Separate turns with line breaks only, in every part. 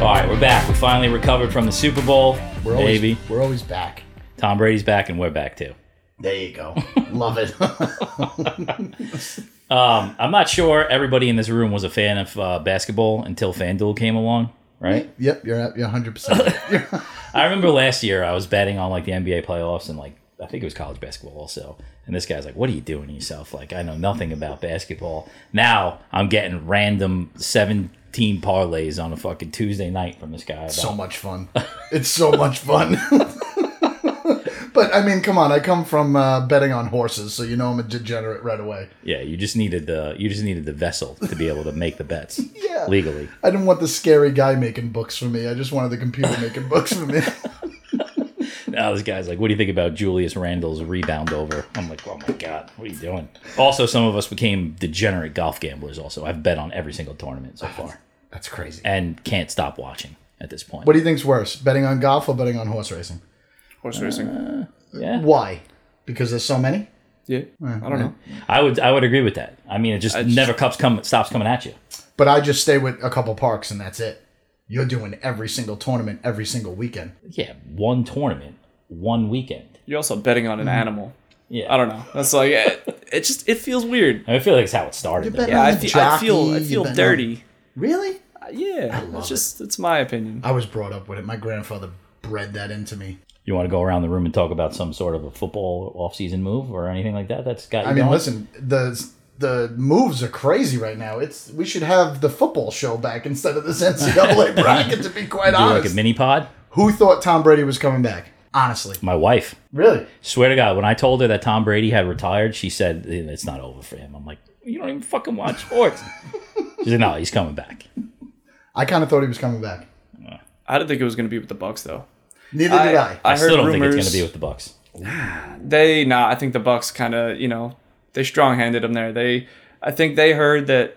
All right, we're back. We finally recovered from the Super Bowl.
We're always,
Maybe.
We're always back.
Tom Brady's back, and we're back too.
There you go. Love it.
Um, I'm not sure everybody in this room was a fan of uh, basketball until FanDuel came along, right?
yep, you're you're 100. percent
I remember last year I was betting on like the NBA playoffs and like I think it was college basketball also. And this guy's like, "What are you doing to yourself? Like I know nothing about basketball." Now I'm getting random 17 parlays on a fucking Tuesday night from this guy. about-
So much fun. It's so much fun. but I mean, come on. I come from uh, betting on horses, so you know I'm a degenerate right away.
yeah, you just needed the you just needed the vessel to be able to make the bets
Yeah.
legally.
I didn't want the scary guy making books for me. I just wanted the computer making books for me.
Now this guy's like, "What do you think about Julius Randle's rebound over?" I'm like, "Oh my god, what are you doing?" Also, some of us became degenerate golf gamblers. Also, I've bet on every single tournament so far
That's crazy.
and can't stop watching at this point.
What do you think's worse, betting on golf or betting on horse racing?
Horse racing.
yeah,
Why? Because there's so many.
Uh, Yeah. I don't know.
I would I would agree with that. I mean, it just
just-
never cups come stops coming at you.
But I just stay with a couple parks and that's it. You're doing every single tournament every single weekend.
Yeah, one tournament, one weekend.
You're also betting on an
Mm-hmm.
animal.
Yeah,
I don't know. That's like it, it just it feels weird.
I, mean, I feel like it's how it started. though.
better-
Yeah, I,
You're
fe- I
jockey,
feel I
you
feel
bet on-
dirty.
Really?
Uh, Yeah,
love
it's just it's my opinion.
I was brought up with it. My grandfather bred that into me.
You want to go around the room and talk about some sort of a football offseason move or anything like that? That's got. You
I mean,
going?
listen, the the moves are crazy right now. It's we should have the football show back instead of this NCAA bracket. To be quite
Do like
honest,
a mini pod.
who thought Tom Brady was coming back? Honestly,
My wife.
really?
Swear to God, when I told her that Tom Brady had retired, she said it's not over for him. I'm like, you don't even fucking watch sports. She's like, no, he's coming back.
I kind of thought he was coming back.
I didn't think it was gonna be with the Bucks though.
Neither did I.
I,
heard
still don't think
rumors.
it's going to be with the Bucks.
they nah. I think the Bucks kind of you know they strong handed him there. They I think they heard that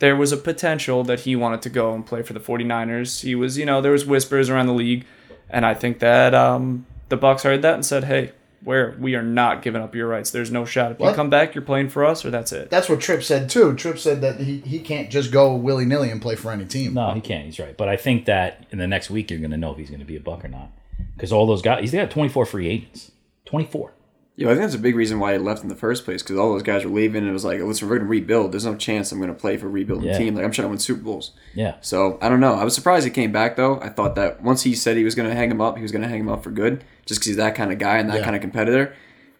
there was a potential that he wanted to go and play for the 49ers. He was you know there was whispers around the league, and I think that um the Bucks heard that and said, hey, where we are not giving up your rights. There's no shot. If you
What?
come back, you're playing for us, or that's it.
That's what Tripp said too. Tripp said that he, he can't just go willy nilly and play for any team.
No, he can't. He's right. But I think that in the next week, you're going to know if he's going to be a Buck or not. Because all those guys, he's got 24 free agents. 24.
Yo, I think that's a big reason why he left in the first place because all those guys were leaving and it was like, listen, we're going to rebuild. There's no chance I'm going to play for a rebuilding
Yeah.
team. Like, I'm trying to win Super Bowls.
Yeah.
So, I don't know. I was surprised he came back, though. I thought that once he said he was going to hang him up, he was going to hang him up for good just because he's that kind of guy and that
Yeah.
kind of competitor.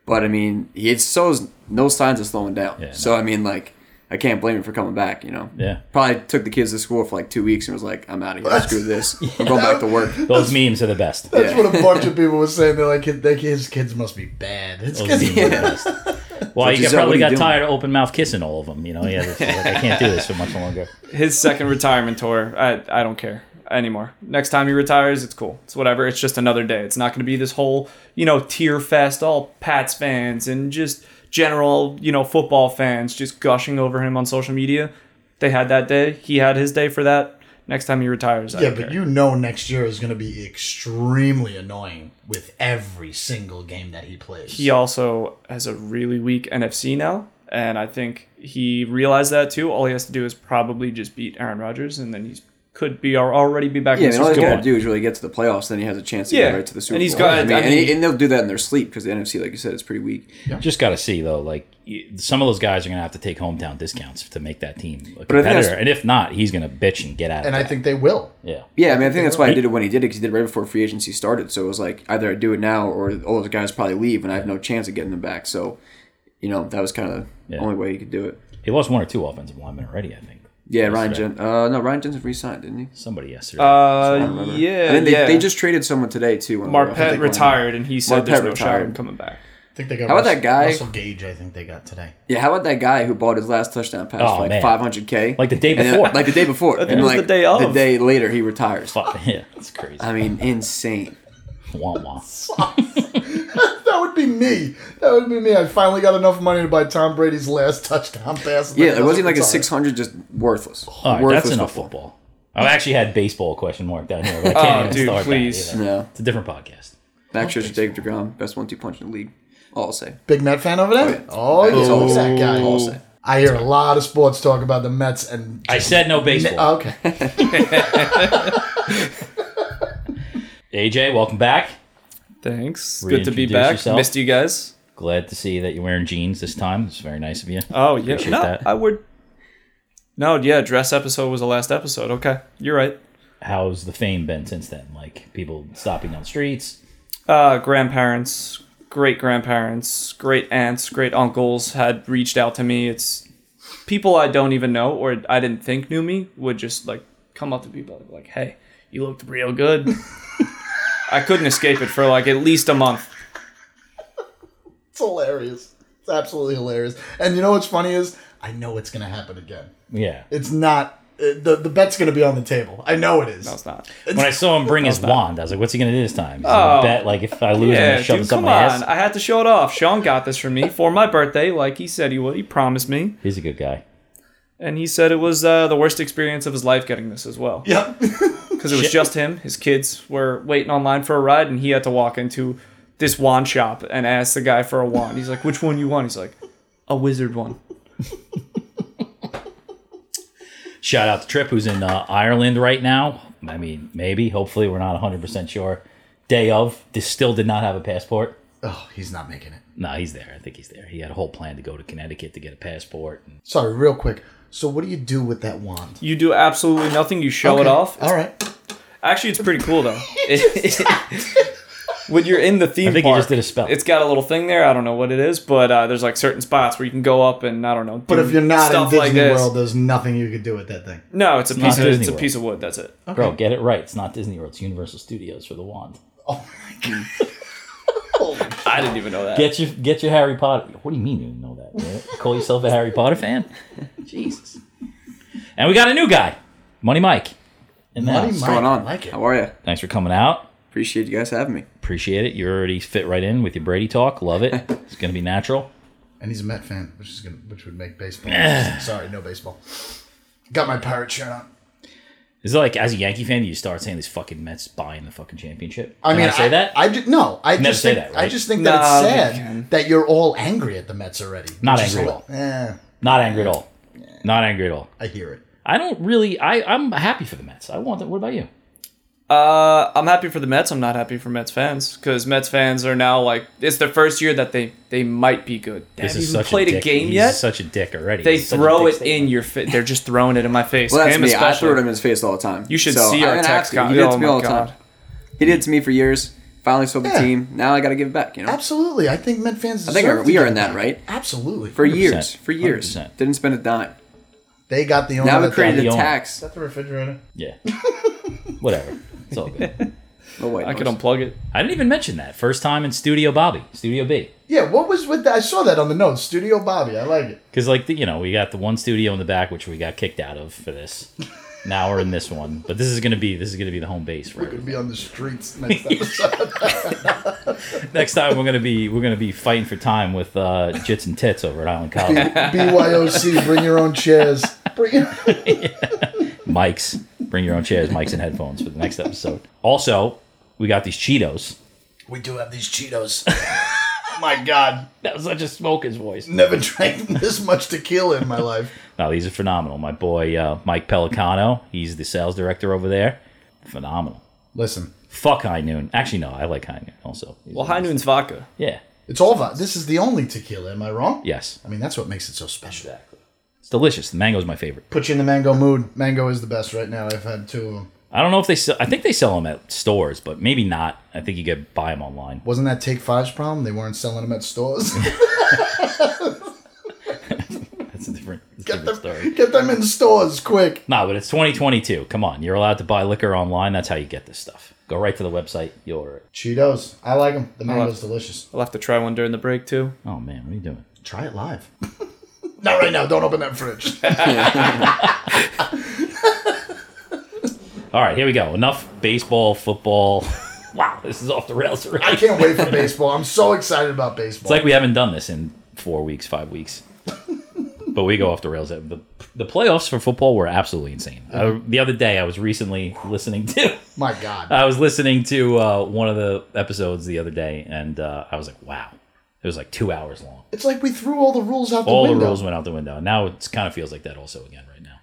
But, I mean, he had shows no signs of slowing down.
Yeah,
so, I mean, like, I can't blame him for coming back, you know?
Yeah.
Probably took the kids to school for like two weeks and was like, I'm out of here. Screw this. I'm going back to work.
Those memes are the best.
That's
Yeah.
what a bunch of people were saying. They're like, his, they, his kids must be bad. His
Those
kids,
memes are the best. Well, he
Giselle, what
probably
are you
got
doing?
tired of open mouth kissing all of them. You know, yeah, like, I can't do this for much longer.
his second retirement tour. I, I don't care anymore. Next time he retires, it's cool. It's whatever. It's just another day. It's not going to be this whole, you know, tear fest, all Pats fans and just general, you know, football fans just gushing over him on social media. They had that day. He had his day for that. Next time he retires, I
yeah,
don't
but
care.
you know next year is going to be extremely annoying with every single game that he plays.
he also has a really weak NFC now. And I think he realized that too. All he has to do is probably just beat Aaron Rodgers, and then he could be or already be back.
Yeah,
in
and all he's
Super
got
Bowl.
to do is really get to the playoffs. Then he has a chance to
Yeah,
get right to the Super
and he's
Bowl.
got-
I mean,
I
and, he-
mean-
and they'll do that in their sleep because the NFC, like you said, is pretty weak.
Just got to see, though, like, y- some of those guys are going to have to take hometown discounts to make that team a
But I think that's-
competitor. And if not, he's going to bitch and get out of
and I
that.
think they will.
yeah.
Yeah, I mean, I think that's why I did it when he did it because he did it right before free agency started. So it was like either I do it now or all those guys probably leave and I have no chance of getting them back. So, you know, that was kind of the
Yeah.
only way he could do it.
He lost one or two offensive linemen already, I think.
Yeah, Ryan Jen. Uh, no, Ryan Jensen re-signed, didn't he?
Somebody yesterday.
I
Uh,
don't remember.
yeah,
And then they,
yeah.
they just traded someone today too. on the- I think
Marpet
one-
retired, and he said
Marpet
there's no shot of
retired.
him coming back.
I think they got
How about
Russell,
that guy-
Russell Gage, I think they got today.
Yeah, how about that guy who bought his last touchdown pass
Oh,
for
man.
like five hundred k?
Like the day before.
like the day before.
it
and
was
like
the day
The
of.
day later, he retires.
Fuck, yeah, that's crazy.
I mean, insane.
Wah, wah.
That would be me. That would be me. I finally got enough money to buy Tom Brady's last touchdown pass. and
Yeah,
then
it wasn't like a
retire.
six hundred, just worthless.
All right,
worthless
that's enough football. I actually had baseball question mark down here, but I can't
Oh,
even
dude,
start
please.
that. either.
No,
It's a different podcast.
Max Scherzer, David Degrom, best one-two punch in the league. All I'll say.
Big Met fan over there. Oh, yeah,
That's all I'll
look at
say.
that guy.
All I'll say.
I hear a lot of sports talk about the Mets and Oh,
I said no baseball.
okay.
AJ, welcome back.
Thanks. Good to be
Reintroduce
back.
yourself.
Missed you guys.
Glad to see that you're wearing jeans this time. It's very nice of you.
Oh yeah,
Appreciate
no,
that.
I would. No, yeah, dress episode was the last episode. Okay, you're right.
How's the fame been since then? Like people stopping on the streets.
Uh, grandparents, great grandparents, great aunts, great uncles had reached out to me. It's people I don't even know or I didn't think knew me would just like come up to people and be like, "Hey, you looked real good." I couldn't escape it for like at least a month.
It's hilarious. It's absolutely hilarious. And you know what's funny is I know it's gonna happen again.
Yeah.
It's not uh, the the bet's gonna be on the table. I know it is.
No, it's not.
When I saw him bring his wand, I was like, "What's he gonna do this time?" He's
Oh.
gonna bet like if I lose, I'm
Yeah,
gonna shove
dude,
this up
come
my
on.
ass.
I had to show it off. Sean got this for me for my birthday, like he said he would. He promised me.
He's a good guy.
and he said it was uh, the worst experience of his life getting this as well
Yep.
because it was just him his kids were waiting online for a ride and he had to walk into this wand shop and ask the guy for a wand he's like which one you want he's like a wizard one
Shout out to Trip, who's in uh, Ireland right now. I mean, maybe, hopefully, we're not 100 percent sure. Day of, this still did not have a passport.
oh, he's not making it.
No, he's there. I think he's there. He had a whole plan to go to Connecticut to get a passport. And
Sorry, real quick. So what do you do with that wand?
you do absolutely nothing you show it
Okay,
off
All right.
actually it's pretty cool though It- when you're in the theme
I think he
park
just did a spell.
it's got a little thing there i don't know what it is but uh, there's like certain spots where you can go up and i don't know
But
do
if you're not in
stuff
Disney
like this.
World, there's nothing you could do with that thing.
no it's a
not
piece of
Disney
it's a
World.
piece of wood that's it
Bro, get it right. It's not Disney World. It's Universal Studios for the wand.
Oh my god. Holy shit.
i didn't even know that
Get your get your Harry Potter. What do you mean you didn't know that? man? Call yourself a Harry Potter fan? Jesus. And we got a new guy, Money Mike. In the
Money
house.
Mike.
What's going on?
like it.
How are you?
Thanks for coming out.
Appreciate you guys having me.
Appreciate it. You already fit right in with your Brady talk. Love it. It's gonna be natural.
And he's a Met fan, which is gonna which would make baseball. interesting. Sorry, no baseball. Got my pirate shirt on.
Is it like as a Yankee fan, do you start saying these fucking Mets buying the fucking championship?
I
Can
mean,
I say that.
I just, no. I
Never
just
say
think,
that, right?
I just think
No,
that
I
it's
don't
sad
think you can.
that you're all angry at the Mets already.
Not
Which is
angry at
a little- Eh,
Not angry at all. Not angry at all.
I hear it.
I don't really. I I'm happy for the Mets. I want them. What about you?
Uh, I'm happy for the Mets. I'm not happy for Mets fans because Mets fans are now like it's their first year that they they might be good. They haven't even played a,
dick.
game
He's
yet.
Such a dick already.
they
He's such a
throw
dick
it
statement.
in your face. They're just throwing it in my face.
Well, that's
Him
me. I
especially.
throw it in his face all the time.
You should see our
I mean,
text
I have to.
con-
He did it
Oh
to me
my
all the
God.
time. He did it to me for years. Finally sold the
Yeah.
team. Now I got to give it back. You know,
Absolutely, I think Met fans.
I think
deserve
we
to
are
get
in
it
that,
back.
right?
Absolutely.
for years, for
100%.
years, didn't spend a dime.
they got the owner.
Now we
that
created
the
a
owner.
tax.
that the refrigerator.
Yeah. Whatever. It's all good.
Oh wait,
I could
no.
unplug it.
I didn't even mention that. First time in Studio Bobby, Studio B.
Yeah, what was with that? I saw that on the notes. Studio Bobby, I like it.
Because, like, the, you know, we got the one studio in the back, which we got kicked out of for this. Now we're in this one, but this is gonna be this is gonna be the home base for
Could
everything.
be on the streets next episode.
Next time we're gonna be we're gonna be fighting for time with uh, Jits and Tits over at Island College.
BYOC, bring your own chairs. Bring your-
mics, bring your own chairs, mics, and headphones for the next episode. Also, we got these Cheetos.
we do have these Cheetos. Oh My God,
That was such a smoker's voice.
never drank this much tequila in my life.
No, these are phenomenal. My boy uh, Mike Pelicano, he's the sales director over there. Phenomenal.
Listen,
Fuck High Noon. Actually, no, I like High Noon also.
Well, High Noon's vodka.
Yeah.
it's all va- This is the only tequila. Am I wrong?
Yes.
I mean, that's what makes it so special.
Exactly. It's delicious. The mango's my favorite.
Put you in the mango mood. Mango is the best right now. I've had two of them.
I don't know if they sell. I think they sell them at stores, but maybe not. I think you could buy them online.
Wasn't that Take Five's problem? They weren't selling them at stores.
That's a different, that's a
get,
different
them,
story.
get them in stores quick.
No, but it's 2022. Come on, you're allowed to buy liquor online. That's how you get this stuff. Go right to the website. You'll order it.
Cheetos. I like them. The mango's delicious.
I'll have to try one during the break too.
Oh man, what are you doing?
Try it live. Not right now. Don't open that fridge.
All right, here we go. Enough baseball, football. wow, this is off the rails already.
I
It's
can't wait for baseball. I'm so excited about baseball.
like we haven't done this in four weeks, five weeks. but we go off the rails. The, the playoffs for football were absolutely insane. Uh, the other day, I was recently listening to.
My God.
I was listening to uh, one of the episodes the other day, and uh, I was like, "Wow, It was like two hours long.
It's like we threw all the rules out the
All
window.
the rules went out the window. Now it kind of feels like that also again right now.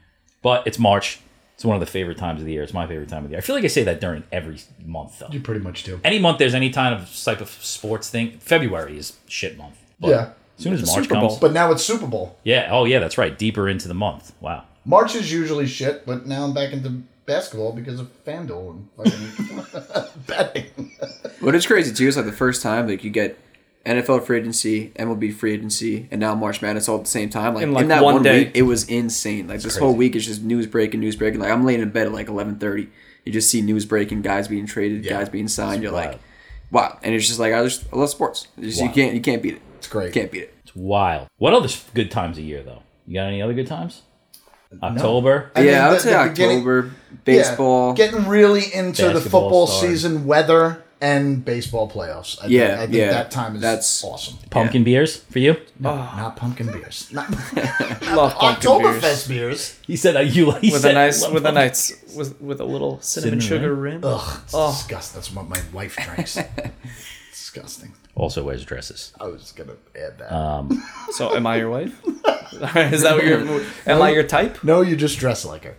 But it's March. It's one of the favorite times of the year. It's my favorite time of the year. I feel like I say that during every month though.
You pretty much do.
Any month there's any kind of type of sports thing. February is shit month. But
Yeah.
As soon as March
Super Bowl.
comes.
But now it's Super Bowl.
Yeah. Oh yeah, that's right. Deeper into the month. Wow.
March is usually shit, but now I'm back into basketball because of FanDuel and fucking betting.
But it's crazy too. It's like the first time like you get NFL free agency, MLB free agency, and now March Madness all at the same time. Like
In,
in,
like,
that
one
one,
day.
week, it was insane. Like this whole week is just news breaking, news breaking. Like I'm laying in bed at like 11:30. You just see news breaking, guys being traded, guys being signed. You're
wild.
like, wow. And it's just like I just I love sports. It's just, you
Wow.
can't you can't beat it.
It's great.
Can't beat it.
It's wild. What other s- good times of year though? You got any other good times? October.
I mean,
yeah, I would
the-
say
the beginning-
October
Yeah,
baseball. Yeah,
getting really into the
Basketball
football
started.
season, weather, and baseball playoffs. I
Yeah,
think, I think
yeah.
that time is
That's-
awesome.
Pumpkin beers for you?
Not pumpkin beers. Not
Love pumpkin beers.
Oktoberfest beers.
He said uh, you. He
With
said,
a nice,
love
with a
pumpkin.
nice, with, with a little cinnamon,
Cinnamon
sugar rim.
Ugh, it's
Oh.
disgusting. That's what my wife drinks. disgusting.
Also wears dresses.
I was just gonna add that.
So, am I your wife? Is that what your? Am I your type?
no, you just dress like her.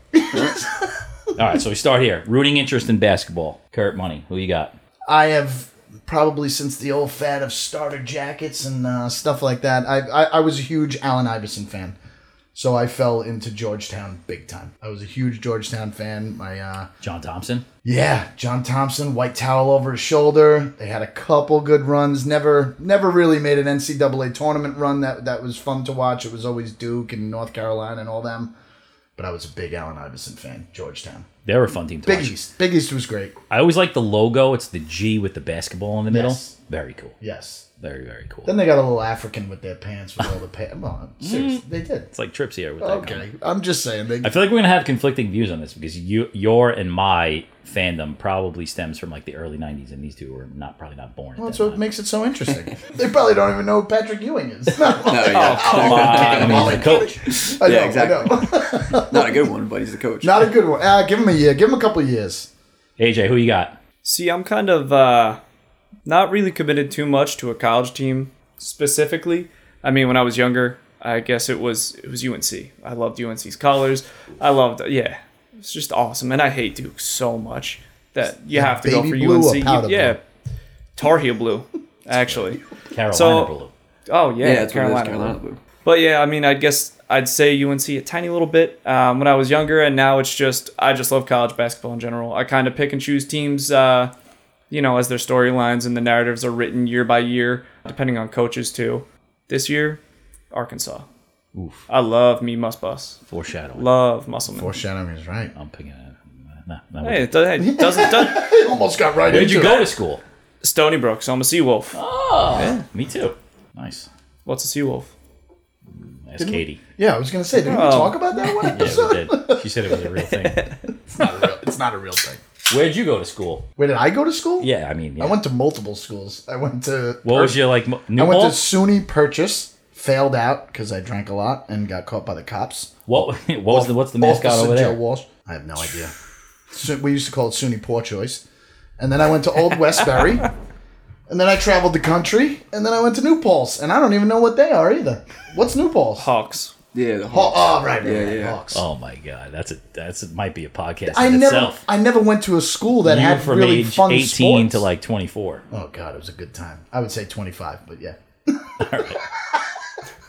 All right, so we start here. Rooting interest in basketball. Kurt Money. Who you got?
I have probably since the old fad of starter jackets and uh, stuff like that. I, I I was a huge Allen Iverson fan, so I fell into Georgetown big time. I was a huge Georgetown fan. My uh,
John Thompson.
yeah, John Thompson, white towel over his shoulder. They had a couple good runs. Never never really made an NCAA tournament run that that was fun to watch. It was always Duke and North Carolina and all them. But I was a big Allen Iverson fan. Georgetown,
They were a fun team to
Big
watch.
East, Big East was great.
I always like the logo. It's the G with the basketball in the middle.
Yes.
Very cool.
Yes.
Very very cool.
Then they got a little African with their pants with all the pants. Well, seriously, they did.
it's like trips here with
Oh,
that.
Okay, I'm just saying they.
I feel like we're gonna have conflicting views on this because you, your and my fandom probably stems from like the early '90s, and these two were not probably not born. at
That's
that
what
time.
makes it so interesting. they probably don't even know who Patrick Ewing is. No,
yeah.
Oh.
I mean, he's the coach.
I know,
Yeah, exactly.
I know.
Not a good one, but he's the coach.
Not a good one. Ah, give him a year. Give him a couple of years.
AJ, who you got?
See, I'm kind of uh, not really committed too much to a college team specifically. I mean, when I was younger, I guess it was it was UNC. I loved UNC's colors. I loved yeah, it's just awesome. And I hate Duke so much that you have to go
baby
for
blue or
UNC.
powder
yeah, Tar Heel blue, actually.
Carolina
So-
Blue.
oh yeah,
yeah, that's
Carolina.
Carolina. What it is, Carolina blue.
But yeah, I mean, I guess I'd say UNC a tiny little bit um, when I was younger, and now it's just I just love college basketball in general. I kind of pick and choose teams, uh, you know, as their storylines and the narratives are written year by year, depending on coaches too. This year, Arkansas.
Oof.
I love me must bus.
Foreshadowing.
Love Musselman.
Foreshadowing is right.
I'm picking it. No, no,
Hey, it does, hey, it doesn't, does
They almost got right
Where'd
into
you
it.
go to school?
Stony Brook? So I'm a Seawolf.
Oh, me too. Nice.
What's a Seawolf?
That's Katie.
Yeah, I was gonna say, didn't
Oh.
we talk about that one
Yeah, we
episode?
did. She said it was a real thing.
it's, not a real, it's not a real thing.
Where'd you go to school?
Wait, did I go to school?
Yeah, I mean, yeah.
I went to multiple schools. I went to.
what was your like? mo- New
I went
Hall?
to SUNY Purchase. Failed out because I drank a lot and got caught by the cops.
what? What was the what's the mascot
Officer
over
Joe
there?
Walsh. I have no idea. So- we used to call it SUNY Poor Choice. And then I went to Old Westbury. And then I traveled the country. And then I went to New Paltz. And I don't even know what they are either. What's New Paltz?
Hawks.
Yeah, the
Oh,
Hawks.
oh, right, right,
Yeah,
right,
yeah.
Hawks.
Oh my god, that's a that's it might be a podcast
I
in
never,
itself.
I never went to a school that
You
had
from
really
age
fun
18
sports.
to like 24.
oh god, it was a good time. I would say twenty-five, but yeah,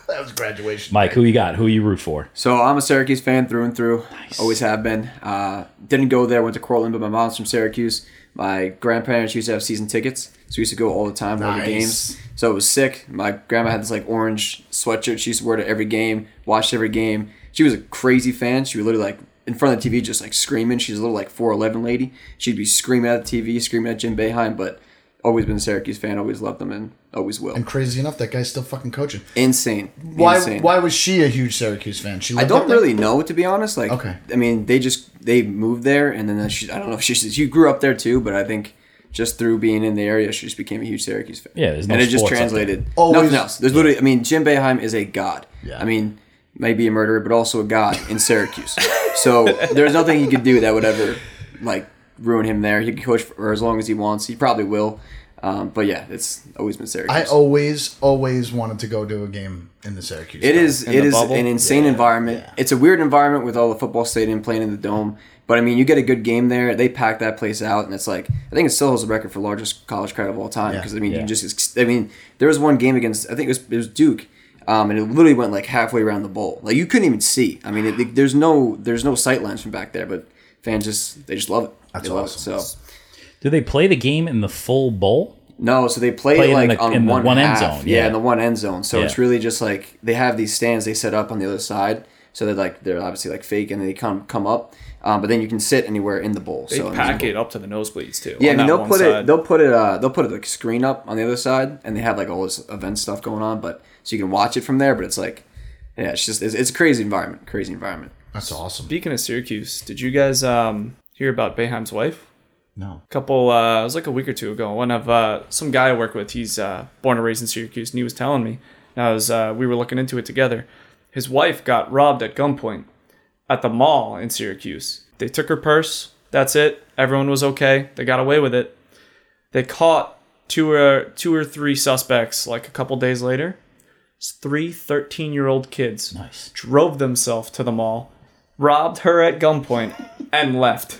that was graduation.
Mike, who you got? Who you root for?
So I'm a Syracuse fan through and through. Always have been. Uh, didn't go there. Went to Cortland, but my mom's from Syracuse. My grandparents used to have season tickets, so we used to go all the time to all the
Nice.
games. So it was sick. My grandma had this like orange sweatshirt she used to wear to every game. Watched every game. She was a crazy fan. She would literally like in front of the TV, just like screaming. She's a little like 4'11 lady. She'd be screaming at the TV, screaming at Jim Beheim, but. Always been a Syracuse fan. Always loved them and always will.
and crazy enough, that guy's still fucking coaching.
Insane.
Why?
Insane.
Why was she a huge Syracuse fan? She
I
lived up
don't
there?
really know to be honest. Like,
Okay.
I mean, they just they moved there, and then she, I don't know if she she grew up there too, but I think just through being in the area, she just became a huge Syracuse fan.
Yeah, there's no
and it just
sports up there.
translated.
Always-
Nothing else. There's literally, I mean, Jim Beheim is a god.
Yeah.
I mean, maybe a murderer, but also a god in Syracuse. so there's nothing he could do that would ever like ruin him there. He could coach for as long as he wants. He probably will. Um, but yeah, it's always been Syracuse.
I always, always wanted to go to a game in the Syracuse.
It is.
In
It
the
is
bubble?
an insane environment. It's a weird environment with all the football stadium playing in the dome. But I mean, you get a good game there. They pack that place out, and it's like I think it still holds the record for largest college crowd of all time. Because I mean,
Yeah.
you just I mean, there was one game against I think it was, it was Duke, um, and it literally went like halfway around the bowl. Like you couldn't even see. I mean, it, there's no there's no sight lines from back there, but fans just they just love it.
That's
they love
awesome.
it. So
Do they play the game in the full bowl?
no, so they play,
Play it in
like
the-
on
in the
one,
one end
half.
zone,
Yeah.
yeah.
in the one end zone. So
Yeah.
it's really just like they have these stands they set up on the other side. So they're like they're obviously like fake, and they come come up. Um, but then you can sit anywhere in the bowl.
They
so
pack it up to the nosebleeds too.
Yeah, I
on
mean
that
they'll
one
put it
side.
they'll put it uh, they'll put a like, screen up on the other side, and they have like all this event stuff going on. But so you can watch it from there. But it's like yeah, it's just it's, it's a crazy environment, crazy environment.
That's awesome.
Speaking of Syracuse, did you guys um, hear about Beheim's wife?
No.
couple uh it was like a week or two ago one of uh some guy i work with he's uh born and raised in syracuse and he was telling me and i was uh we were looking into it together his wife got robbed at gunpoint at the mall in syracuse they took her purse that's it everyone was okay they got away with it they caught two or two or three suspects like a couple days later it's three 13 year old kids
Nice.
drove themselves to the mall robbed her at gunpoint and left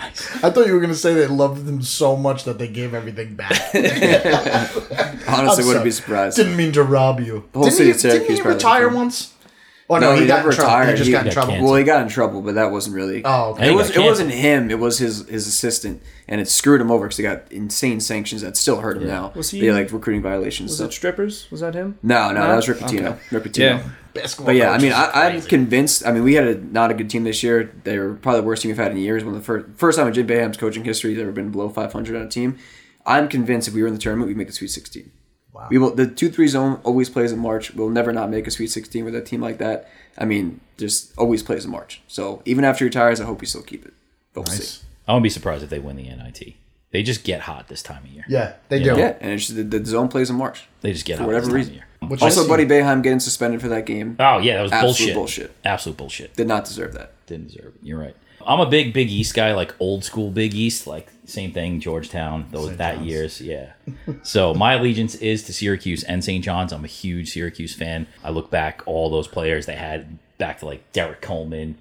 I thought you were gonna say they loved them so much that they gave everything back.
Honestly,
I'm
wouldn't
sorry.
be surprised.
Didn't mean to rob you.
whole
didn't
city
he,
of Syracuse
didn't he
probably
retire
loved him.
once? Oh no, he, got
never
in trouble. He
retired.
just
He
got in
got
trouble.
canceled.
Well, he got in trouble, but that wasn't really.
Oh, okay.
It
He
was.
got
It wasn't
canceled.
him. It was his his assistant, and it screwed him over because he got insane sanctions that still hurt him now.
Was
They
he-
had, like recruiting violations?
was
so.
it strippers was that him
no, no,
No?
that was Rick Pitino.
Okay.
Rick Pitino.
Yeah.
Basketball
But yeah, I
coaches
mean,
are
I, I'm
crazy.
convinced. I mean, we had a not a good team this year. They were probably the worst team we've had in years. One of the first first time in Jim Beheim's coaching history he's ever been below 500 on a team. I'm convinced if we were in the tournament, we'd make the Sweet 16. Wow. We will. The two three zone always plays in March. We'll never not make a Sweet 16 with a team like that. I mean, just always plays in March. So even after he retires, I hope we still keep it. But we'll see.
Nice.
I wouldn't be surprised if they win the NIT. They just get hot this time of year.
Yeah, they do.
Yeah, and it's just, the, the zone plays in March.
They just get
For
hot
whatever
this time
reason.
Of year.
Which
Also,
is-
Buddy Beheim getting suspended for that game
Oh yeah, that was bullshit.
Absolute bullshit.
Absolute bullshit.
did not deserve that.
Didn't deserve it. You're right. I'm a big Big East guy, like old school Big East, like same thing, Georgetown, those that
John's.
years. Yeah. so my allegiance is to Syracuse and St. John's. I'm a huge Syracuse fan. I look back all those players they had back to like Derek Coleman,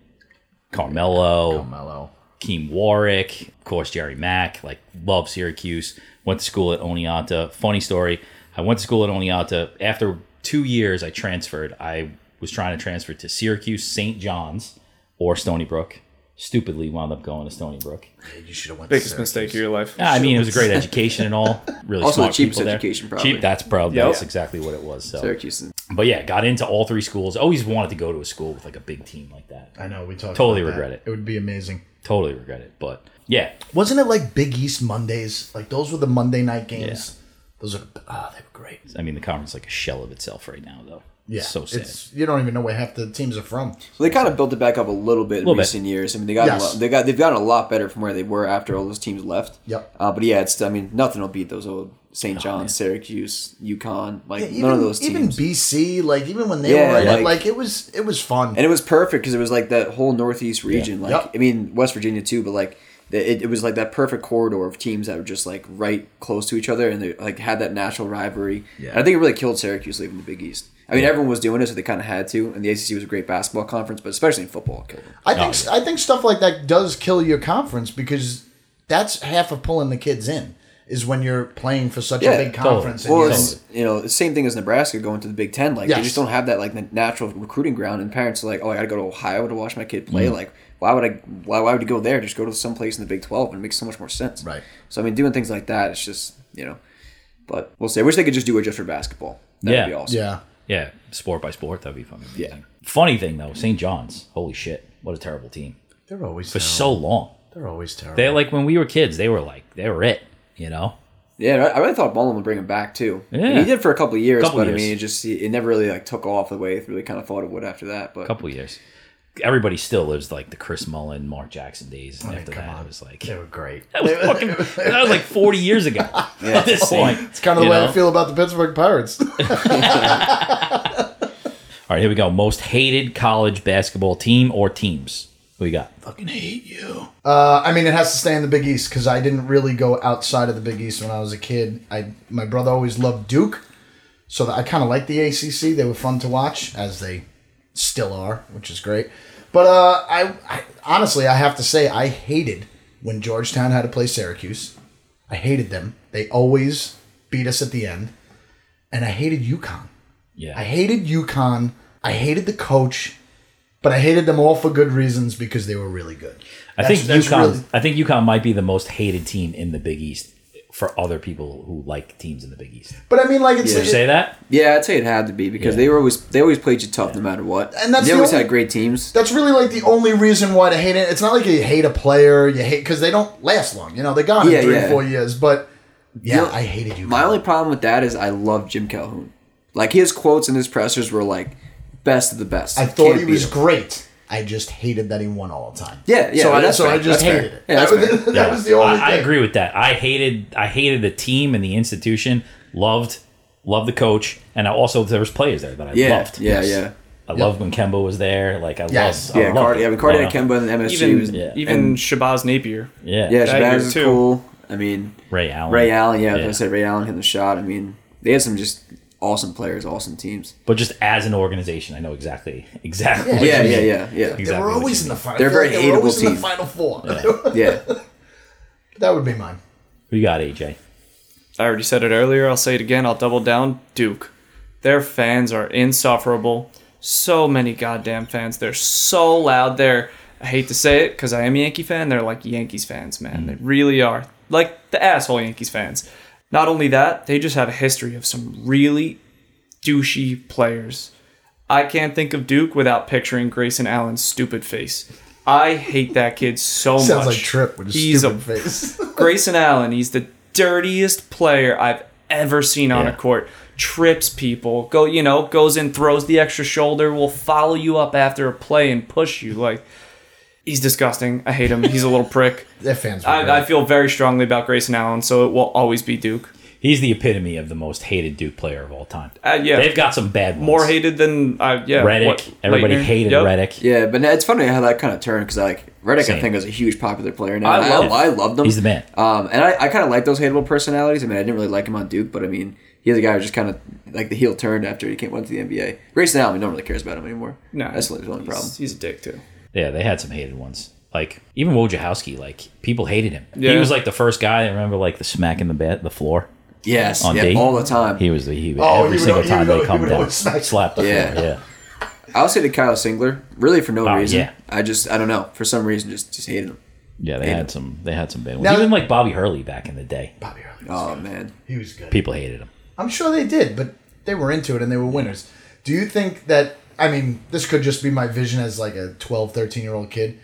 Carmelo,
Mellow.
Keem Warwick, of course, Jerry Mack. Like, love Syracuse. Went to school at Oneonta. Funny story. I went to school at Oneonta. After two years, I transferred. I was trying to transfer to Syracuse, St. John's, or Stony Brook. Stupidly wound up going to Stony Brook.
You should have went. to
biggest
Syracuse.
mistake of your life
Yeah, I mean, it was a great education and all. Really
Also the
smart
cheapest
people there.
education, probably.
Cheap. That's probably
Yep.
that's exactly what it was. So,
Syracuse. is-
but yeah, got into all three schools. Always wanted to go to a school with like a big team like that.
I know we talked.
Totally
about that.
regret it.
It would be amazing.
Totally regret it, but yeah,
Wasn't it like Big East Mondays? Like those were the Monday night games. Those are ah, they were great.
I mean, the conference is like a shell of itself right now, though.
Yeah,
It's so sad.
It's, you don't even know where half the teams are from.
Well, they kind of built it back up a little bit in
Little bit.
recent years. I mean, they got
Yes.
a lot, they got they've gotten a lot better from where they were after all those teams left.
Yep.
Uh, but yeah, it's I mean nothing will beat those old
Oh,
St. John's, Syracuse, UConn, like
Even,
none of those teams.
even BC, like even when they
Yeah,
were right, like,
like-
it was it was fun.
and it was perfect because it was like that whole Northeast region. Like
Yep.
I mean West Virginia too, but like the- it, it was like that perfect corridor of teams that were just like right close to each other and they like had that natural rivalry.
Yeah.
And I think it really killed Syracuse leaving the Big East. I mean, everyone was doing it, so they kind of had to. And the ACC was a great basketball conference, but especially in football, it killed them.
I think I think stuff like that does kill your conference because that's half of pulling the kids in is when you're playing for such
Yeah,
a big
totally.
conference.
Well,
and you
it's, you know, the same thing as Nebraska going to the Big Ten. Like
Yes.
they just don't have that like n- natural recruiting ground, and parents are like, "Oh, I got to go to Ohio to watch my kid
Mm.
play." Like, why would I? Why, why would you go there? Just go to some place in the Big Twelve, and it makes so much more sense.
Right.
So I mean, doing things like that, it's just you know, but we'll see. I wish they could just do it just for basketball. That'd
Yeah.
be awesome.
yeah,
yeah, sport by sport, that'd be fun.
Yeah.
Funny thing though, St. John's. Holy shit, what a terrible team
they're always
for
terrible.
so long.
they're always terrible.
They like when we were kids, they were like they were it. You know,
Yeah, I- I really thought Mullen would bring him back too. I mean,
Yeah.
he did for a couple of years,
Couple
but
years.
I mean, it just it never really like took off the way it really kind of thought it would after that. But
a couple years. Everybody still lives like the Chris Mullen, Mark Jackson days. And after
Oh, come
that,
on.
it was like
they were great.
that was fucking. that was like forty years ago. at this point,
It's kind of the
you
way
know?
I feel about the Pittsburgh Pirates.
All right, here we go. Most hated college basketball team or teams. What you got? Fucking hate you.
Uh, I mean, it has to stay in the Big East because I didn't really go outside of the Big East when I was a kid. I my brother always loved Duke, so that I kind of liked the ACC. They were fun to watch, as they still are, which is great. But uh, I, I honestly, I have to say, I hated when Georgetown had to play Syracuse. I hated them. They always beat us at the end, and I hated UConn.
Yeah.
I hated UConn. I hated the coach, but I hated them all for good reasons because they were really good.
I think UConn. I think UConn might be the most hated team in the Big East for other people who like teams in the Big East.
But I mean, like it's
Would you say that?
Yeah, I'd say it had to be because
Yeah.
they were always they always played you tough no matter what.
And that's
they
the
always
only-
had great teams.
that's really like the only reason why to hate it. It's not like you hate a player, you hate because they don't last long. You know, they're gone
Yeah,
in three
yeah.
or four years. But yeah,
know,
I hated you.
My only problem with that is I love Jim Calhoun. Like his quotes and his pressers were like best of the best.
I thought
Can't
he
beat
was
him.
great. I just hated that he won all the time.
Yeah, yeah,
So, I,
that's
so I
fair,
just
that's fair.
hated it.
Yeah,
that,
that's
was,
fair.
that was the only.
I, I
thing.
agree with that. I hated I hated the team and the institution. Loved loved the coach, and I also there was players there that I
Yeah,
loved.
yeah,
Yes.
yeah,
I loved when Kemba was there. Like I
Yes.
loved.
yeah.
I loved
Cardi,
it,
I mean, Cardi
you
had
know?
Kemba and MSG
Even
was
Yeah.
even
and-
Shabazz Napier.
Yeah.
yeah.
That year
Shabazz was
too.
cool. I mean,
Ray Allen.
Ray Allen. Yeah,
Yeah.
I said Ray Allen hit the shot. I mean, they had some just awesome players, awesome teams.
But just as an organization, I know exactly exactly. what
Yeah,
you
yeah,
mean.
yeah, yeah,
They
Exactly
were
what
always
you
in the final.
They're
I feel
very
like they were always
hateable
in the
team.
final four.
yeah.
that would be mine.
Who you got, AJ?
I already said it earlier. I'll say it again. I'll double down. Duke. Their fans are insufferable. So many goddamn fans. They're so loud. They're, I hate to say it because I am a Yankee fan. They're like Yankees fans, man. They really are. Like the asshole Yankees fans. Not only that, they just have a history of some really douchey players. I can't think of Duke without picturing Grayson Allen's stupid face. I hate that kid so much.
Sounds like Trip with his
He's
stupid
a
face.
Grayson Allen, he's the dirtiest player I've ever seen on
Yeah.
a court. Trips people, go you know, goes in, throws the extra shoulder, will follow you up after a play and push you. Like he's disgusting. I hate him. He's a little prick.
Their fans. Were great.
I, I feel very strongly about Grayson Allen, so it will always be Duke.
He's the epitome of the most hated Duke player of all time.
Uh, yeah.
they've got some bad ones.
More hated than uh, yeah.
Redick.
what,
Everybody
Leitner?
hated
Yep.
Redick.
Yeah, but it's funny how that kind of turned because like Redick,
Same.
I think, is a huge popular player now.
I
I, I,
love him.
I, love them.
He's the man.
Um, and I, I kind of like those hateable personalities. I mean, I didn't really like him on Duke, but I mean, he was a guy who just kind of like the heel turned after he came went to the NBA. Grayson Allen, I mean, no one really cares about him anymore.
No,
that's the only problem.
He's, he's a dick too.
Yeah, they had some hated ones. Like even Wojciechowski, like people hated him. He
Yeah.
was like the first guy. I remember like the smack in the bed, the floor.
Yes,
On
yeah,
date?
all the time.
He was the he
Oh,
every
he would-
single
he
time
would-
they
he
come
would
down,
always smack
slap the
Yeah.
floor. Yeah,
I'll say to Kyle Singler, really for no
Oh,
reason.
yeah.
I just I don't know for some reason just just hated him.
yeah. They had some. They had some bad ones.
Now-
Even like Bobby Hurley back in the day,
Bobby Hurley.
Oh man,
He was good.
people hated him.
I'm sure they did, but they were into it and they were winners. Do you think that I mean, this could just be my vision as like a 12, 13-year-old kid.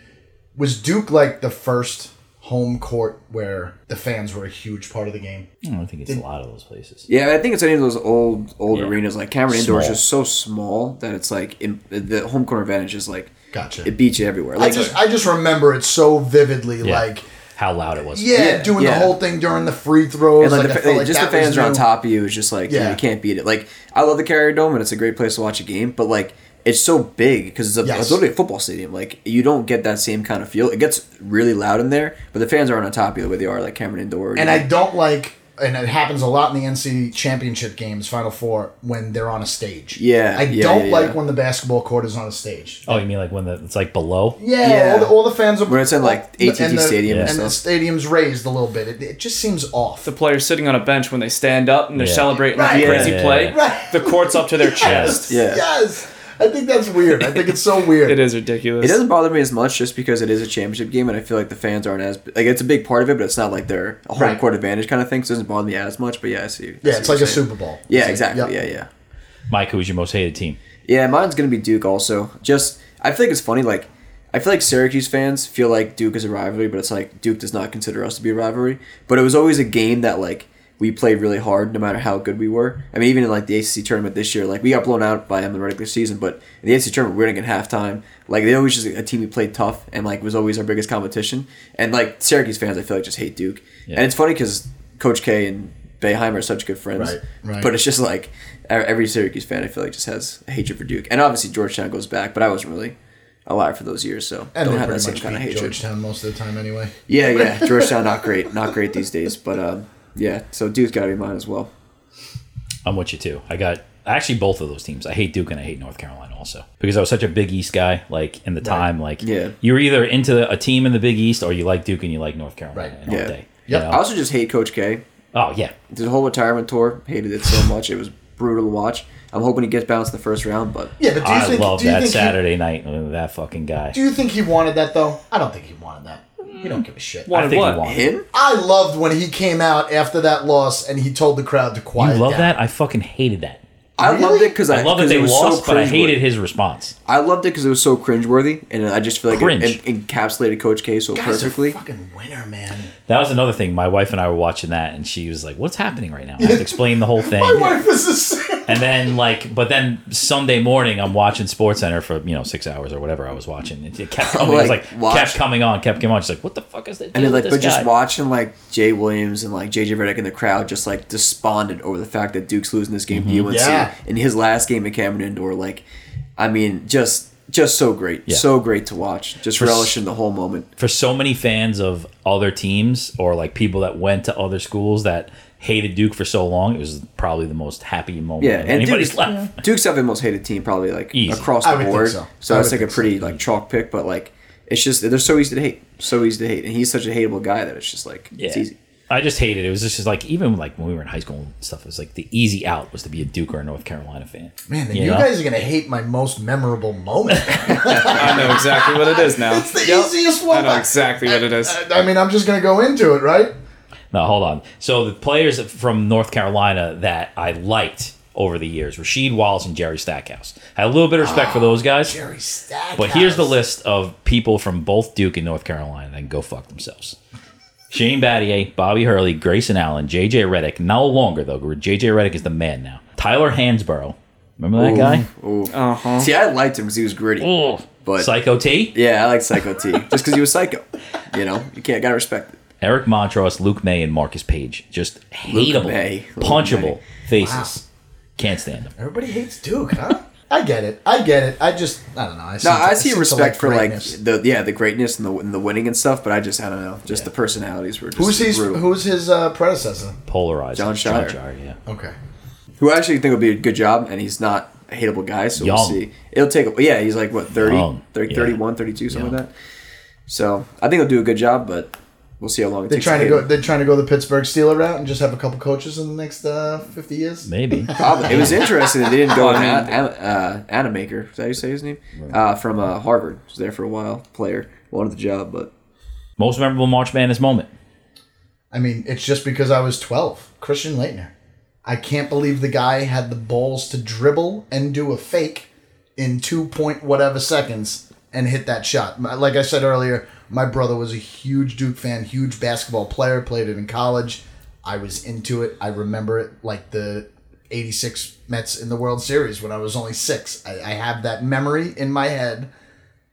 Was Duke like the first home court where the fans were a huge part of the game?
Mm.
I don't think it's a lot of those places.
yeah, I think it's any of those old old
Yeah.
arenas like Cameron Indoor is
Small.
just so small that it's like in, the home court advantage is like
Gotcha.
it beats you everywhere.
I
Like
just I just remember it so vividly like
How loud it was.
yeah,
Yeah,
doing
yeah.
the whole thing during the free throws
And like,
I
the, fa-
felt like
just the
that was
fans are on
new.
top of you. It's just like you know,
Yeah.
you can't beat it. Like I love the Carrier Dome and it's a great place to watch a game, but like it's so big because it's, a
Yes.
it's literally a football stadium. Like you don't get that same kind of feel. It gets really loud in there, but the fans aren't on top of you the way they are like Cameron Indoor.
And I don't like, and it happens a lot in the NC championship games, Final Four, when they're on a stage.
Yeah,
I
yeah,
don't
yeah,
like
yeah.
when the basketball court is on a stage.
Oh, you mean like when the, it's like below?
Yeah,
Yeah.
All, the, all the fans are.
When it's in, like,
and
AT&T
the-
Stadium
and
and the stadium's raised a little bit. It, it just seems off.
The players sitting on a bench when they stand up and they're
Yeah.
celebrating
Right.
like a
Yeah,
crazy
yeah,
play.
yeah.
Right.
The court's up to their chest.
Yeah.
Yes, I think that's weird. I think it's so weird.
It is ridiculous.
it doesn't bother me as much just because it is a championship game, and I feel like the fans aren't as like it's a big part of it, but it's not like they're a home
Right.
court advantage kind of thing. So it doesn't bother me as much. But yeah, I see. I see
Yeah, it's
what
like
you're
a
saying.
Super Bowl.
Yeah,
It's like,
exactly.
yep.
Yeah, yeah.
Mike, who was your most hated team?
Yeah, mine's gonna be Duke also. Just I feel like it's funny, like I feel like Syracuse fans feel like Duke is a rivalry, but it's like Duke does not consider us to be a rivalry. But it was always a game that like we played really hard, no matter how good we were. I mean, even in like the ACC tournament this year, like we got blown out by them in the regular season, but in the ACC tournament we are gonna get halftime. Like they always just a team we played tough and like was always our biggest competition. And like Syracuse fans, I feel like just hate Duke.
Yeah.
And it's funny because Coach K and Bayheimer are such good friends,
Right, right.
but it's just like e-, every Syracuse fan, I feel like, just has a hatred for Duke, and obviously Georgetown goes back. But I wasn't really, alive for those years, so
And
don't
they
have that
pretty
same
much
kind of
beat
hatred.
Georgetown most of the time anyway.
Yeah, yeah, Georgetown not great, not great these days, but uh, yeah, so Duke's got to be mine as well.
I'm with you too. I got actually both of those teams. I hate Duke and I hate North Carolina also because I was such a Big East guy. Like in the time, like
Yeah.
you were either into a team in the Big East or you like Duke and you like North Carolina.
Right.
And all
Yeah.
day.
Yep.
you
I
know?
also just hate Coach K.
Oh yeah,
The whole retirement tour, hated it so much. It was brutal to watch. I'm hoping he gets bounced the first round, but
Yeah, but do you
I
think,
love
do you
that
think he-
Saturday night with that fucking guy.
Do you think he wanted that though? I don't think he wanted that. He don't give a shit.
I think
What?
he won.
him?
I loved when he came out after that loss and he told the crowd to
You
quiet
love
down.
that? I fucking hated that.
I
Really?
loved it because I,
I love that
'cause it
they
was
lost,
so
but I
cringeworthy.
hated his response.
I loved it because it was so cringeworthy, and I just feel like it,
Cringe.
it encapsulated Coach K so
Guy's
perfectly.
a fucking winner, man.
That was another thing. My wife and I were watching that, and she was like, "What's happening right now?" I had to explain the whole thing.
My wife was the same.
And then like, but then Sunday morning, I'm watching Sports Center for you know six hours or whatever I was watching. It, it kept coming. it was
Like,
like
watch.
kept coming on, kept coming on. She's like, "What the fuck is that?"
And then, like, but
this
just
guy?"
watching like Jay Williams and like JJ Redick in the crowd, just like despondent over the fact that Duke's losing this game to UNC
Mm-hmm. Yeah.
in his last game at Cameron Indoor. Like, I mean, just just so great, so great to watch. Just relishing the whole moment.
for so many fans of other teams or like people that went to other schools that hated Duke for so long, it was probably the most happy moment
Yeah,
of
and
anybody's
Duke's,
life.
Duke's definitely the most hated team, probably like
Easy.
across
I
the
would think
board.
so.
So,
I
that's
would
like a
think
pretty like chalk pick, but like it's just they're so easy to hate, so easy to hate, and he's such a hateable guy that it's just like it's easy.
I just hated it. It was just like even like when we were in high school and stuff, it was like the easy out was to be a Duke or a North Carolina fan.
Man, then
You
you,
know?
guys are gonna hate my most memorable moment.
I know exactly what it is now.
It's the easiest
I
one. Uh,
know exactly what it is.
I, I mean, I'm just gonna go into it, right?
No, hold on. So the players from North Carolina that I liked over the years, Rasheed Wallace and Jerry Stackhouse. I had a little bit of respect for those guys.
Jerry Stackhouse.
But here's the list of people from both Duke and North Carolina that can go fuck themselves. Shane Battier, Bobby Hurley, Grayson Allen, JJ Reddick. No longer though. JJ Reddick is the man now. Tyler Hansborough. Remember that guy? Oh.
Uh huh.
See, I liked him because he was gritty, but
Psycho T,
yeah, I like Psycho T just because he was psycho. You know, you can't gotta respect it.
Eric Montrose, Luke May, and Marcus Page. Just hateable,
May. Luke
punchable
May.
faces. Can't stand them.
Everybody hates Duke, huh? I get it. I get it. I just I don't know. I
No,
sense-
I see
sense a
respect for like
greatness.
the yeah the greatness and the and the winning and stuff, but I just I don't know, just the personalities were just
who's his
brutal.
who's his uh, predecessor?
Polarized.
John Shire.
yeah.
Okay.
who I actually think would be a good job, and he's not a hateable guy, so we'll
Young.
see. It'll take, yeah, he's like, what, 30,
Young,
30
yeah.
31, 32, something
Young.
like that. So I think he'll do a good job, but we'll see how long it
They're
takes.
trying to
hate
go.
him.
They're trying to go the Pittsburgh Steeler route and just have a couple coaches in the next uh, fifty years.
Maybe.
Probably. It was interesting that they didn't go
Well, I
an,
mean-
uh, Anamaker, is that how you say his name? Uh, from uh, Harvard. was there for a while, player. Wanted the job, but
Most memorable March Madness moment.
I mean, it's just because I was twelve. Christian Leitner. I can't believe the guy had the balls to dribble and do a fake in two point whatever seconds and hit that shot. My- Like I said earlier, my brother was a huge Duke fan, huge basketball player, played it in college. I was into it. I remember it like the 86 Mets in the World Series when I was only six. I, I have that memory in my head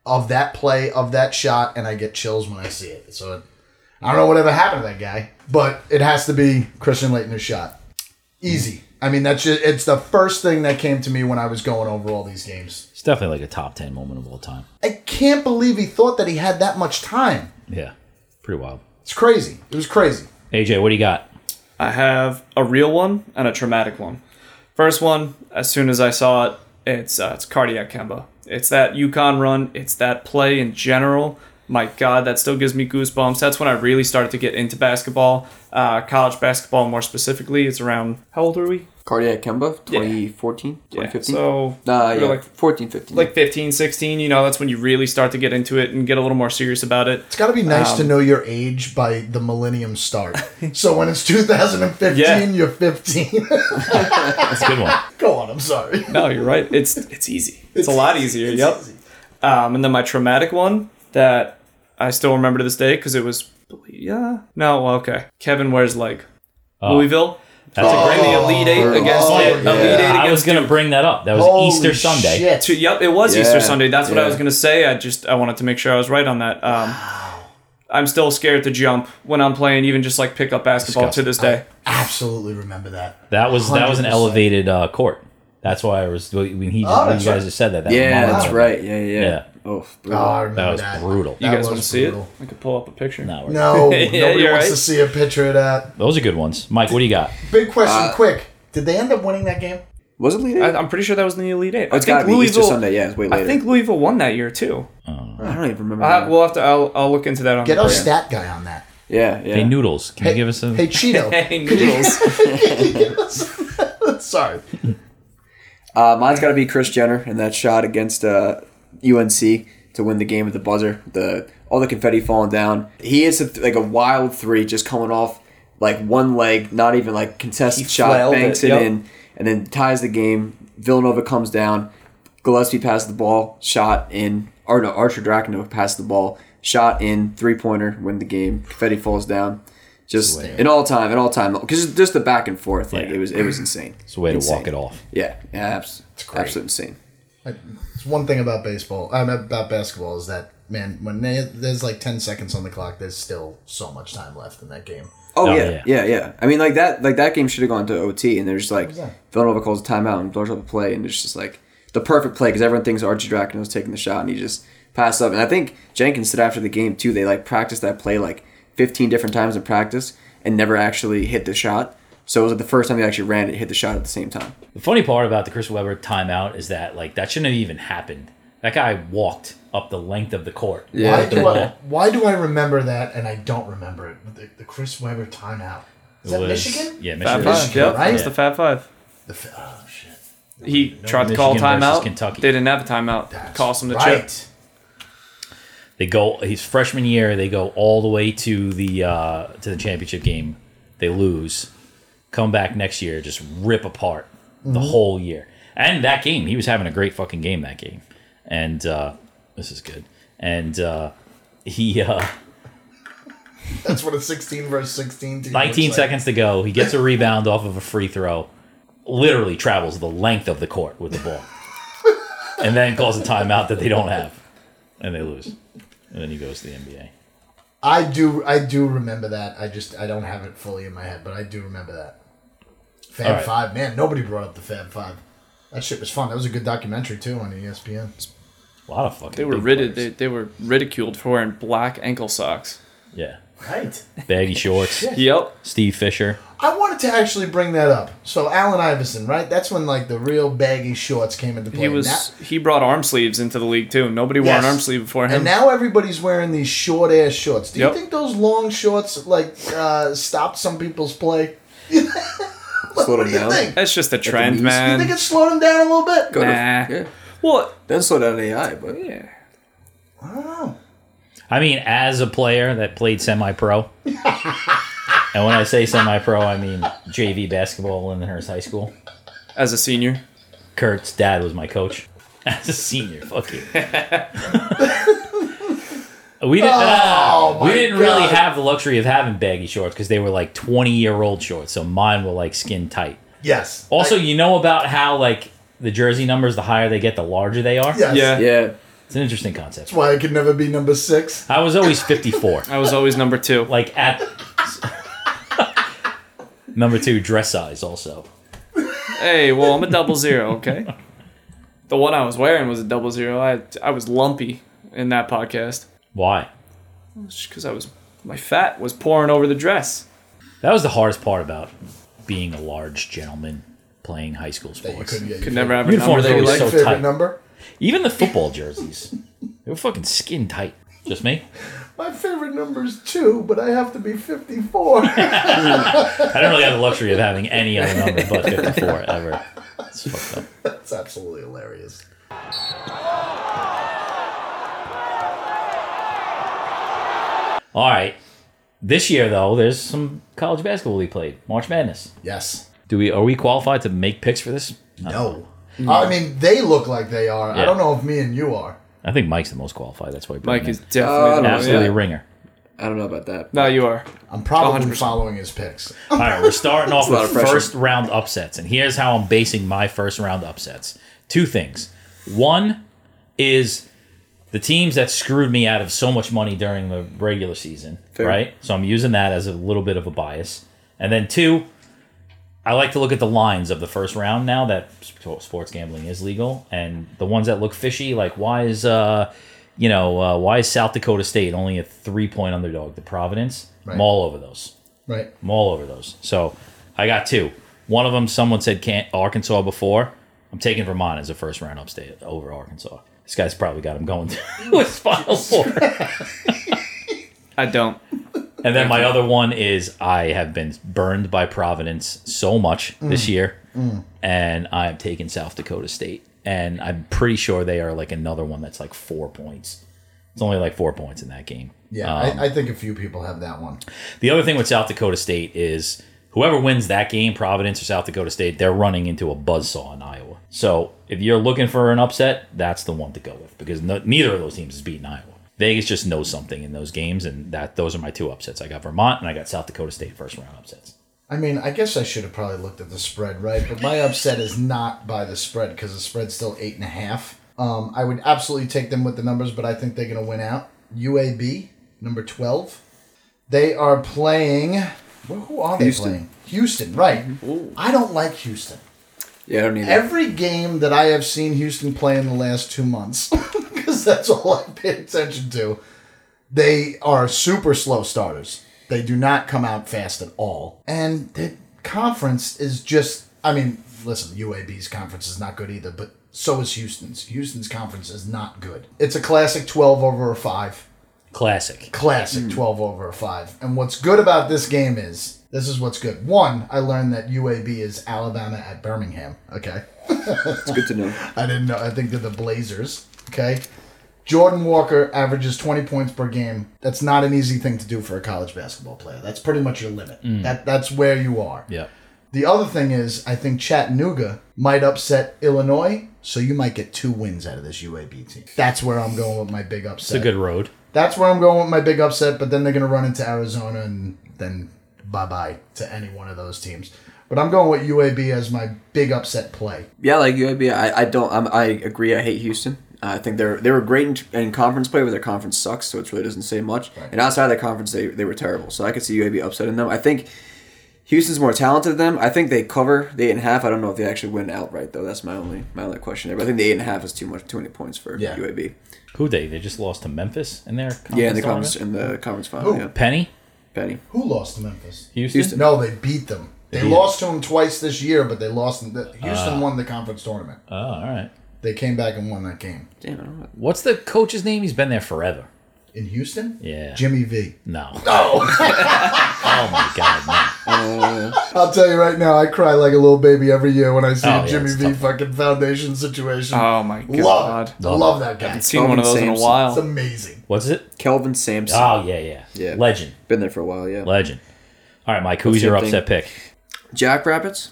of that play, of that shot, and I get chills when I see it. So it, I don't know whatever happened to that guy, but it has to be Christian Leitner's shot. Easy. I mean, that's just, it's the first thing that came to me when I was going over all these games.
It's definitely like a top ten moment of all time.
I can't believe he thought that he had that much time.
Yeah. Pretty wild.
It's crazy. It was crazy.
AJ, what do you got?
I have a real one and a traumatic one. First one, as soon as I saw it, it's uh, it's cardiac Kemba. It's that Yukon run. It's that play in general. My God, that still gives me goosebumps. That's when I really started to get into basketball, uh, college basketball more specifically. It's around how old are we?
Cardiac Kemba, 2014, 2015.
so
Nah,
we
yeah,
were like
like 14, 15.
like 15, 16. You know, that's when you really start to get into it and get a little more serious about it.
It's got to be nice
Um,
to know your age by the millennium start. so when it's 2015,
Yeah.
you're 15.
That's a good one.
Go on. I'm sorry.
No, you're right. It's it's easy. It's, a lot easier. yep. Um, and then my traumatic one that I still remember to this day because it was yeah. No, well, okay. Kevin wears like
Oh.
Louisville.
That's a great
During the Elite Eight against
oh,
Pitt,
yeah.
Elite Eight
I was
against
going to bring that up. That was Easter Sunday.
Shit.
two. Yep, it was
Yeah,
Easter Sunday. That's what I
yeah.
was gonna say. I just I wanted to make sure I was right on that. Um, I'm still scared to jump when I'm playing, even just like pickup basketball
Disgusting.
to this day.
Absolutely remember that.
That was that was an
100%.
elevated uh, court. That's why I was when he just,
Oh,
when
that's
you guys
right.
just said that. that
yeah,
reminded
that's
me.
right. Yeah, yeah.
Yeah.
Oh,
Oh, I
bro.
remember
That was
that.
brutal.
You
That
guys
was
want to see it?
brutal.
I could pull up a picture.
No, we're-
No,
Yeah,
nobody
you're
wants to
right.
see a picture of that.
those are good ones. Mike, what do you got?
Big question,
Uh,
quick. Did they end up winning that game?
was it later?
I, I'm pretty sure that was in the Elite Eight.
Oh,
I
it's
think
gotta be Easter
Louisville.
Sunday. Yeah, it's way later.
I think Louisville won that year too.
I don't even remember.
I,
that.
we'll have to. I'll, I'll look into that on
Get
the
our
break.
stat guy on that.
yeah, yeah.
Hey, Noodles, can you give us a?
Hey, Cheeto.
Hey, noodles.
Sorry.
Uh, mine's got to be Chris Jenner and that shot against uh, UNC to win the game at the buzzer. The all the confetti falling down. He is a, like a wild three, just coming off like one leg, not even like contested
He
shot,
flailed
banks
it,
it,
yep.
in, and then ties the game. Villanova comes down. Gillespie passes the ball, shot in. Or no, Archer Drakenov passes the ball, shot in, three pointer, win the game. Confetti falls down. Just in all time, in all time, because just the back and forth, like
Yeah.
it was, it was insane.
It's a way to
Insane.
walk it off.
Yeah, yeah, abs-
great.
absolutely insane.
It's one thing about baseball, I mean, about basketball, is that, man, when they, there's like 10 seconds on the clock, there's still so much time left in that game.
Oh,
Oh,
yeah, yeah, yeah, I mean, like that, like that game should have gone to OT, and they're just like
was that?
Villanova calls a timeout and blows up a play, and it's just like the perfect play because everyone thinks Archie Draken was taking the shot, and he just passed up. And I think Jenkins said after the game too, they like practiced that play like 15 different times in practice and never actually hit the shot. So it was like the first time they actually ran it, hit the shot at the same time.
The funny part about the Chris Webber timeout is that like that shouldn't have even happened. That guy walked up the length of the court.
Yeah.
Why do, I, why do I remember that and I don't remember it? The, the Chris Webber timeout. Is
It
that
was-
Michigan?
Yeah,
Fab
Michigan.
Five.
Michigan,
Yep,
right?
that's the Fab Five.
The, fi- oh, shit.
He tried to
Michigan
call a
versus
timeout.
Kentucky.
They didn't have a timeout.
That's
Cost him the
right.
chip.
They go his freshman year. They go all the way to the uh, to the championship game. They lose. Come back next year, just rip apart the whole year. And that game, he was having a great fucking game that game. And uh, this is good. And uh, he. Uh,
That's what a 16 versus 16 team
19
looks like.
seconds to go. He gets a rebound off of a free throw, literally travels the length of the court with the ball, and then calls a timeout that they don't have, and they lose. And then he goes to the NBA.
I do I do remember that. I just I don't have it fully in my head, but I do remember that. Fab
All right.
Five, man, nobody brought up the Fab Five. That shit was fun. That was a good documentary too on E ESPN.
A lot of fucking.
They were
big
ridded. They,
players.
they were ridiculed for wearing black ankle socks.
Yeah,
Right.
baggy shorts.
Yep.
Steve Fisher.
I wanted to actually bring that up. So Allen Iverson, right? That's when like the real baggy shorts came into play.
He was.
Now-
He brought arm sleeves into the league too. Nobody wore
Yes.
an arm sleeve before him.
and now everybody's wearing these short ass shorts. Do you
Yep.
think those long shorts like uh, stopped some people's play?
Slow
What do
them
you
down.
think?
That's just a trend,
knees.
You
man.
think it slowed them down a little bit?
Go to-
Nah.
yeah.
Well,
Then slow down AI, but
yeah.
I mean, as a player that played semi-pro, and when I say semi-pro, I mean JV basketball in Lyndhurst High School.
As a senior,
Kurt's dad was my coach as a senior. Fuck you. we didn't. uh,
Oh,
we
my
didn't really
God.
have the luxury of having baggy shorts because they were like twenty year old shorts. So mine were like skin tight.
Yes.
Also,
Like,
you know about how like the jersey numbers, the higher they get, the larger they are.
yes.
Yeah.
yeah,
it's an interesting concept.
That's why I could never be number six.
I was always fifty four.
I was always number two.
like at number two dress size also.
Hey, well, I'm a double zero, okay? The one I was wearing was a double zero. I I was lumpy in that podcast
Why?
because I was my fat was pouring over the dress.
That was the hardest part about being a large gentleman playing high school
That you
sports.
couldn't get your
Could never have a number
Uniforms
that you
always
like.
so
favorite
tight.
number.
Even the football jerseys, they were fucking skin tight. Just me.
My favorite number is two, but I have to be 54.
I don't really have the luxury of having any other number but 54 ever. It's fucked up.
That's absolutely hilarious.
All right. This year though, there's some college basketball we played. March Madness.
Yes.
Do we are we qualified to make picks for this?
No. I mean, they look like they are. I
Yeah.
don't know if me and you are.
I think Mike's the most qualified. That's why he brought
Mike
him
is
in.
Oh,
Uh,
definitely the most-
absolutely
yeah.
a ringer.
I don't know about that.
No, you are.
I'm probably
100%.
following his picks.
All right, we're starting off
a lot
with
of pressure.
first round upsets, and here's how I'm basing my first round upsets. Two things. One is the teams that screwed me out of so much money during the regular season,
Fair.
right? So I'm using that as a little bit of a bias. And then two, I like to look at the lines of the first round now that sp- sports gambling is legal, and the ones that look fishy, like why is uh, you know, uh, why is South Dakota State only a three point underdog to Providence?
Right.
I'm all over those.
Right.
I'm all over those. So I got two. One of them, someone said can't Arkansas before. I'm taking Vermont as a first round upstate over Arkansas. This guy's probably got him going to his final four.
I don't.
And then my other one is I have been burned by Providence so much this year, and I'm taking South Dakota State. And I'm pretty sure they are like another one that's like four points. It's only like four points in that game.
Yeah, I, I think a few people have that one.
The other thing with South Dakota State is whoever wins that game, Providence or South Dakota State, they're running into a buzzsaw in Iowa. So if you're looking for an upset, that's the one to go with because no, neither of those teams is beating Iowa. Vegas just knows something in those games, and that those are my two upsets. I got Vermont and I got South Dakota State first round upsets.
I mean, I guess I should have probably looked at the spread, right? But my upset is not by the spread because the spread's still eight and a half. Um, I would absolutely take them with the numbers, but I think they're going to win out. UAB number twelve, they are playing. Who who are they
Houston.
playing? Houston, right? I don't like Houston.
Yeah, I don't need that.
Every game that I have seen Houston play in the last two months, because that's all I paid attention to, they are super slow starters. They do not come out fast at all. And the conference is just, I mean, listen, UAB's conference is not good either, but so is Houston's. Houston's conference is not good. It's a classic 12 over a 5
Classic.
classic 12 over a 5. And what's good about this game is this is what's good. One, I learned that UAB is Alabama at Birmingham. Okay.
It's good to know.
I didn't know. I think they're the Blazers. Okay. Jordan Walker averages 20 points per game. That's not an easy thing to do for a college basketball player. That's pretty much your limit. That that's where you are.
Mm. Yeah.
The other thing is I think Chattanooga might upset Illinois, so you might get two wins out of this UAB team. That's where I'm going with my big upset
It's a good road.
that's where I'm going with my big upset. But then they're going to run into Arizona, and then bye bye to any one of those teams. But I'm going with UAB as my big upset play.
Yeah, like UAB, I, I don't. I'm, I agree. I hate Houston. I think they're they were great in, in conference play, but their conference sucks, so it really doesn't say much. And outside of their conference, they, they were terrible. So I could see UAB upsetting them. I think Houston's more talented than them. I think they cover the eight and a half. I don't know if they actually win outright though. That's my only my only question there. But I think the eight and a half is too much, too many points for
Yeah.
UAB.
Who they? They just lost to Memphis in their conference
Yeah, in the
tournament?
conference in the conference final.
Who?
Yeah,
Penny
Penny.
Who lost to Memphis?
Houston.
Houston.
No, they beat them. They
beat
lost to them twice this year, but they lost. In the,
Ah.
Houston won the conference tournament.
Oh, all right.
They came back and won that game
Damn, I don't know.
What's the coach's name? He's been there forever.
in Houston.
Yeah.
Jimmy V.
No. Oh. oh my God. No.
I'll tell you right now, I cry like a little baby every year when I see
Oh,
a
yeah,
Jimmy
it's
V.
tough.
fucking foundation situation.
Oh my god.
love, it.
Love
love that guy.
Haven't
It's
seen one of those in a
Samson.
while.
amazing.
What's it?
Kelvin Sampson.
Ah.
Oh yeah, yeah,
Yeah.
Legend,
Been there for a while. Yeah.
legend. All right, Mike. Who's
Same
your
thing.
upset pick?
Jackrabbits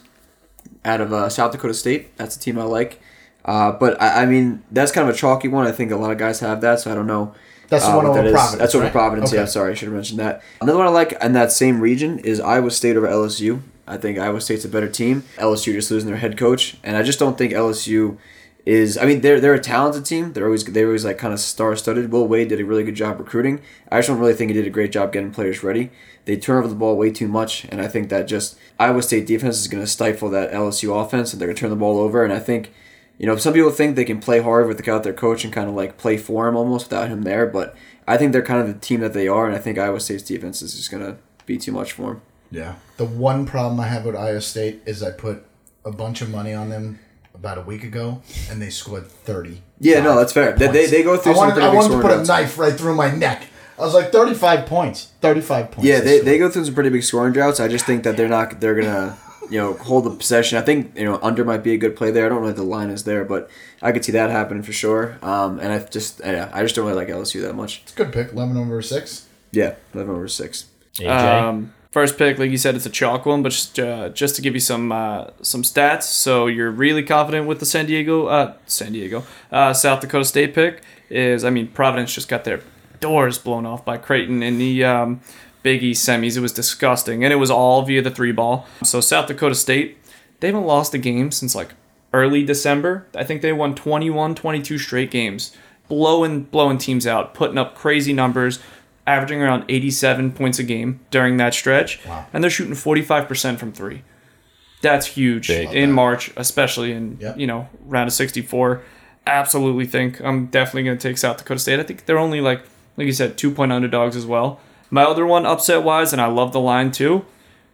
out of uh, South Dakota State. That's a team I like. Uh, but I, I mean, that's kind of a chalky one. I think a lot of guys have that, so I don't know.
That's the
uh,
one
what
over
that is.
Providence,
That's over
right?
Providence. Yeah,
Okay.
sorry, I should have mentioned that. Another one I like in that same region is Iowa State over LSU. I think Iowa State's a better team. LSU just losing their head coach, and I just don't think LSU is. I mean, they're they're a talented team. They're always they're always like kind of star studded. Will Wade did a really good job recruiting. I just don't really think he did a great job getting players ready. They turn over the ball way too much, and I think that just Iowa State defense is going to stifle that LSU offense, and they're going to turn the ball over. And I think you know, some people think they can play hard without their coach and kind of like play for him almost without him there, but I think they're kind of the team that they are, and I think Iowa State's defense is just going to be too much for him.
Yeah. The one problem I have with Iowa State is I put a bunch of money on them about a week ago, and they scored thirty.
Yeah, no, that's fair. They, they, they go
I
through some
wanted,
pretty
I
big
wanted to
scoring
put a
droughts.
knife right through my neck. I was like, thirty-five points, thirty-five points.
Yeah, they,
scored.
they go through some pretty big scoring droughts. I just think that they're not they're gonna you know hold the possession. I think you know under might be a good play there. I don't know if the line is there, but I could see that happening for sure. Um, and I just yeah, I just don't really like LSU that much.
It's a good pick, eleven over six.
Yeah, eleven over six.
AJ.
Um, first pick, like you said, it's a chalk one, but just, uh, just to give you some uh, some stats, so you're really confident with the San Diego, uh, San Diego, uh, South Dakota State pick is. I mean, Providence just got their doors blown off by Creighton in the um, Big East semis. It was disgusting, and it was all via the three ball. So South Dakota State, they haven't lost a game since like early December. I think they won 21, 22 straight games, blowing blowing teams out, putting up crazy numbers averaging around 87 points a game during that stretch, and they're shooting 45% from three. That's huge
Big.
in March, especially in
Yep.
you know round of 64. absolutely think I'm definitely going to take South Dakota State. I think they're only like, like you said, two point underdogs as well. My other one, upset wise, and I love the line too.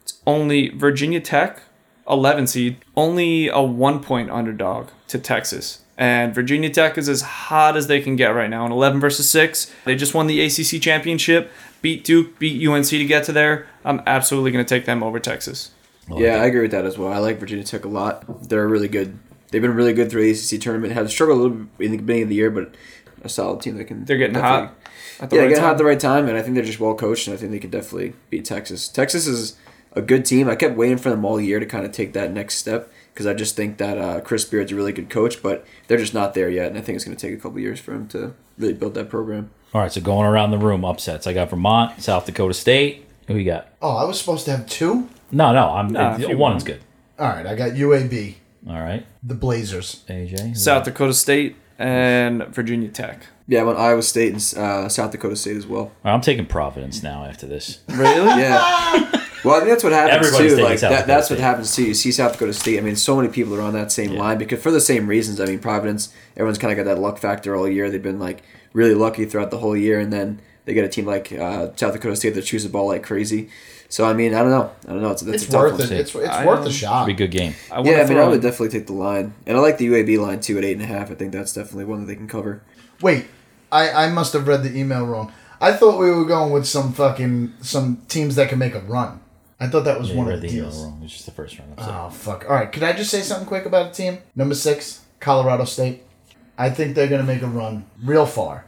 It's only Virginia Tech, eleven seed, only a one point underdog to Texas. And Virginia Tech is as hot as they can get right now. An eleven versus six, they just won the ACC championship, beat Duke, beat UNC to get to there. I'm absolutely going to take them over Texas.
yeah, I agree with that as well. I like Virginia Tech a lot. They're really good. They've been really good through the ACC tournament. Have struggled a little bit in the beginning of the year, but a solid team that can.
They're getting
definitely-
hot. At
yeah,
right
they get hot
time.
at the right time, and I think they're just well coached, and I think they could definitely beat Texas. Texas is a good team. I kept waiting for them all year to kind of take that next step because I just think that uh, Chris Beard's a really good coach, but they're just not there yet, and I think it's going to take a couple years for him to really build that program.
All right, so going around the room, upsets. I got Vermont, South Dakota State. Who you got?
Oh, I was supposed to have two.
No, no, I'm
Nah,
uh,
if you
one's good.
All right, I got UAB,
All right,
the Blazers.
AJ.
South Dakota State and Virginia Tech.
Yeah, I went Iowa State and uh, South Dakota State as well.
All right, I'm taking Providence now after this.
Really?
Yeah. Well, I think that's what happens
Everybody's
too.
taking
Like
South
that,
Dakota
that's what
State.
happens too. You see South Dakota State. I mean, so many people are on that same line because for the same reasons. I mean, Providence. Everyone's kind of got that luck factor all year. They've been like really lucky throughout the whole year, and then they get a team like uh, South Dakota State that shoots the ball like crazy. So I mean, I don't know. I don't know. It's, it's
It's
a tough
worth
one.
it. It's, it's
I,
worth
um,
a shot.
Be a good game.
I um, wanna
Yeah, I mean, I
throw
would
in-
definitely take the line, and I like the UAB line too at eight and a half. I think that's definitely one that they can cover.
Wait, I, I must have read the email wrong. I thought we were going with some fucking some teams that can make a run. I thought that was
Yeah,
one
you
of
read
the
the email
deals.
wrong. It's just the first round. upset.
Oh fuck! All right, could I just say something quick about a team? Number six, Colorado State. I think they're gonna make a run real far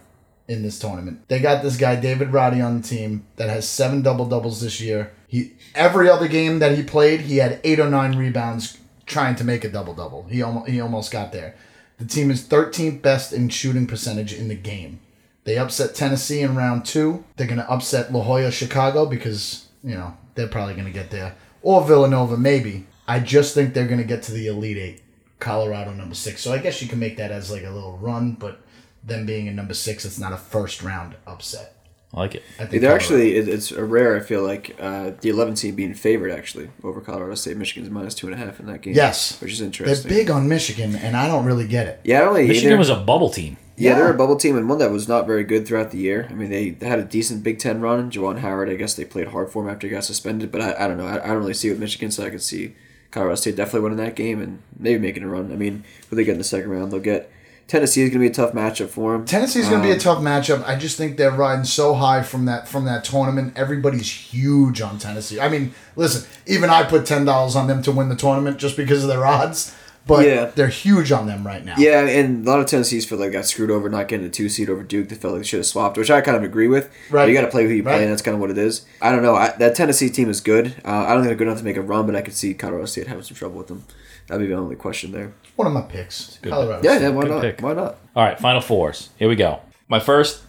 in this tournament. They got this guy David Roddy on the team that has seven double doubles this year. He every other game that he played, he had eight or nine rebounds trying to make a double double. He almost he almost got there. The team is 13th best in shooting percentage in the game. They upset Tennessee in round two. They're going to upset La Jolla, Chicago, because, you know, they're probably going to get there. Or Villanova, maybe. I just think they're going to get to the Elite Eight, Colorado number six. So I guess you can make that as like a little run, but them being in number six, it's not a first round upset.
I like it.
I think
They're
Colorado-
actually it, it's a rare. I feel like uh, the 11 seed being favored actually over Colorado State. Michigan's minus two and a half in that game.
Yes.
which is
They're
interesting.
big on Michigan, and I don't really get it.
Yeah, I only
Michigan
either-
was a bubble team.
yeah, they're
Yeah.
a bubble team and one that was not very good throughout the year. I mean, they, they had a decent Big Ten run. Jawan Howard, I guess they played hard for him after he got suspended, but I, I don't know. I, I don't really see it with Michigan, so I could see Colorado State definitely winning that game and maybe making a run. I mean, who they get in the second round, they'll get Tennessee is going to be a tough matchup for them.
Tennessee's going
Um,
to be a tough matchup. I just think they're riding so high from that from that tournament. Everybody's huge on Tennessee. I mean, listen, even I put ten dollars on them to win the tournament just because of their odds. But
Yeah.
they're huge on them right now.
Yeah, and a lot of Tennessee's feel like they got screwed over not getting a two seed over Duke. They felt like they should have swapped, which I kind of agree with. Right,
Right.
you got to play who you play,
Right.
and that's kind of what it is. I don't know. I, that Tennessee team is good. Uh, I don't think they're good enough to make a run, but I could see Colorado State having some trouble with them. That'd be my only question there.
One of my picks.
good
Colorado.
Yeah,
State.
yeah, why
Good
not?
pick.
Why not?
All right, final fours. Here we go. My first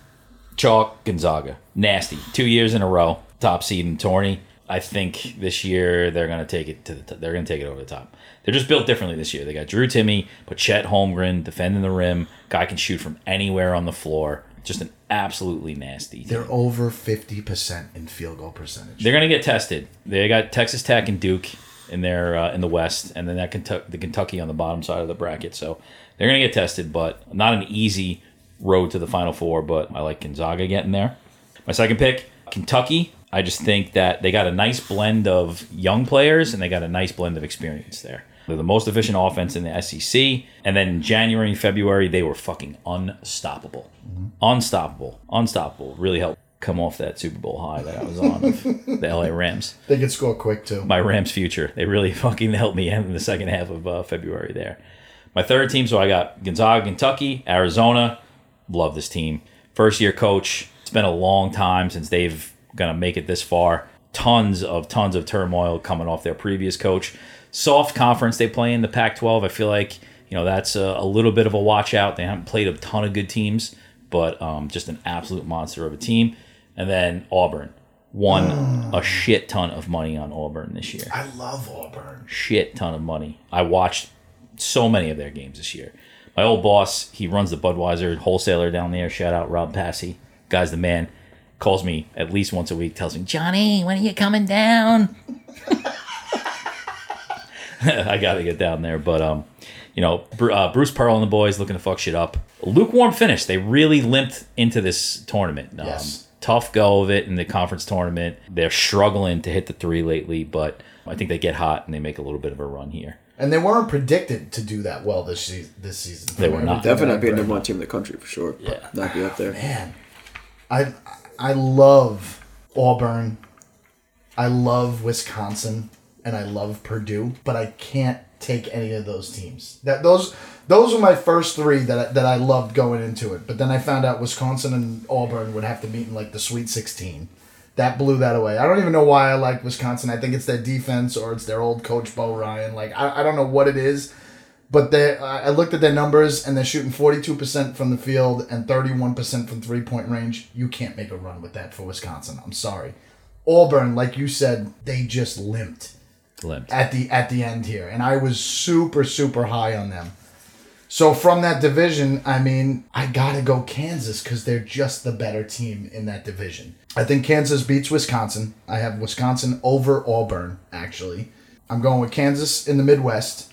chalk Gonzaga. Nasty. Two years in a row. Top seed in tourney. I think this year they're gonna take it to the. T- they're gonna take it over the top. They're just built differently this year. They got Drew Timmy, but Chet Holmgren defending the rim. Guy can shoot from anywhere on the floor. Just an absolutely nasty. team.
They're over fifty percent in field goal percentage.
They're going to get tested. They got Texas Tech and Duke in their uh, in the West, and then that Kentucky, the Kentucky on the bottom side of the bracket. So they're going to get tested, but not an easy road to the Final Four. But I like Gonzaga getting there. My second pick, Kentucky. I just think that they got a nice blend of young players and they got a nice blend of experience there. They're the most efficient offense in the SEC. And then in January and February, they were fucking unstoppable. Unstoppable. Unstoppable. Really helped come off that Super Bowl high that I was on of the LA Rams.
They could score quick too.
My Rams future. They really fucking helped me in the second half of uh, February there. My third team, so I got Gonzaga, Kentucky, Arizona. Love this team. First year coach. It's been a long time since they've gonna make it this far. Tons of tons of turmoil coming off their previous coach. Soft conference they play in the Pac-12. I feel like you know that's a, a little bit of a watch out. They haven't played a ton of good teams, but um, just an absolute monster of a team. And then Auburn won a shit ton of money on Auburn this year
I love Auburn.
shit ton of money. I watched so many of their games this year. My old boss, he runs the Budweiser wholesaler down there. Shout out Rob Passy. Guy's the man. Calls me at least once a week, tells me, Johnny, when are you coming down? I got to get down there. But um, You know, Bru- uh, Bruce Pearl and the boys looking to fuck shit up. Lukewarm finish. They really limped into this tournament. Um,
Yes.
Tough go of it in the conference tournament. They're struggling to hit the three lately, but I think they get hot and they make a little bit of a run here.
And they weren't predicted to do that well this season. This season,
They were not.
Definitely not be a number one team in the country for sure.
Yeah.
Not be up there.
Man, I I love Auburn. I love Wisconsin, and I love Purdue, but I can't take any of those teams. That those those were my first three that I, that I loved going into it. But then I found out Wisconsin and Auburn would have to meet in like the Sweet Sixteen. That blew that away. I don't even know why I like Wisconsin. I think it's their defense or it's their old coach Bo Ryan. Like I, I don't know what it is, but they I I looked at their numbers and they're shooting 42% from the field and 31% from three point range. You can't make a run with that for Wisconsin. I'm sorry. Auburn, like you said, they just limped
Limped.
at the at the end here and I was super super high on them. So from that division, I mean, I got to go Kansas cuz they're just the better team in that division. I think Kansas beats Wisconsin. I have Wisconsin over Auburn actually. I'm going with Kansas in the Midwest.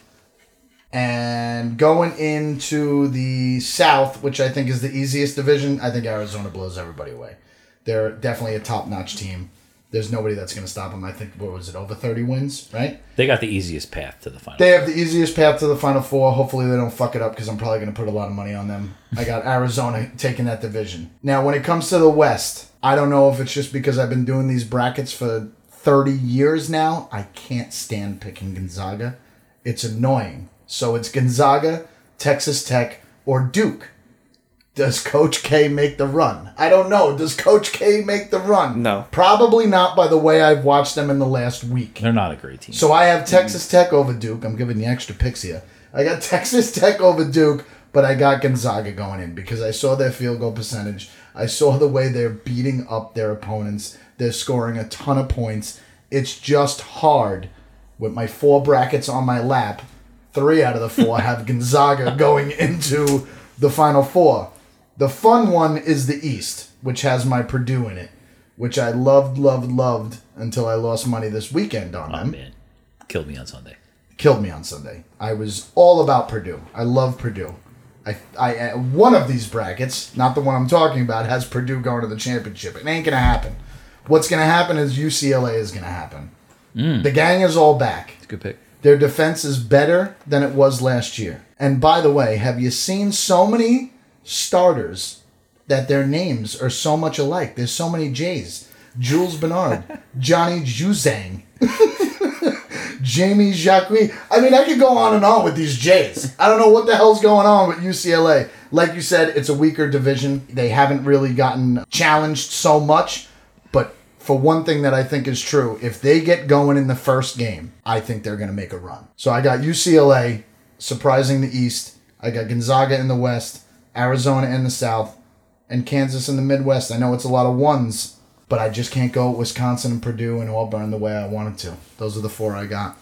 And going into the South, which I think is the easiest division, I think Arizona blows everybody away. They're definitely a top-notch team. There's nobody that's going to stop them. I think what was it over 30 wins, right?
They got the easiest path to the final.
They have the easiest path to the Final Four. Hopefully, they don't fuck it up because I'm probably going to put a lot of money on them. I got Arizona taking that division. Now, when it comes to the West, I don't know if it's just because I've been doing these brackets for 30 years now. I can't stand picking Gonzaga. It's annoying. So it's Gonzaga, Texas Tech, or Duke. Does Coach K make the run? I don't know. Does Coach K make the run?
No.
Probably not by the way I've watched them in the last week.
They're not a great team.
So I have Texas Tech over Duke. I'm giving the extra picks here. I got Texas Tech over Duke, but I got Gonzaga going in because I saw their field goal percentage. I saw the way they're beating up their opponents. They're scoring a ton of points. It's just hard with my four brackets on my lap. Three out of the four have Gonzaga going into the final four. The fun one is the East, which has my Purdue in it, which I loved, loved, loved until I lost money this weekend on
oh,
them
man. Killed me on Sunday.
killed me on Sunday. I was all about Purdue. I love Purdue. I, I uh, one of these brackets, not the one I'm talking about, has Purdue going to the championship. It ain't gonna happen. What's gonna happen is UCLA is gonna happen. The gang is all back.
Mm. It's a good pick.
Their defense is better than it was last year. And by the way, have you seen so many starters that their names are so much alike? There's so many J's. Jules Bernard, Johnny Juzang, Jamie Jacques. I mean, I could go on and on with these J's. I don't know what the hell's going on with UCLA. Like you said, it's a weaker division. They haven't really gotten challenged so much. But for one thing that I think is true, if they get going in the first game, I think they're going to make a run. So I got UCLA surprising the East. I got Gonzaga in the West, Arizona in the South, and Kansas in the Midwest. I know it's a lot of ones, but I just can't go with Wisconsin and Purdue and Auburn the way I wanted to. Those are the four I got.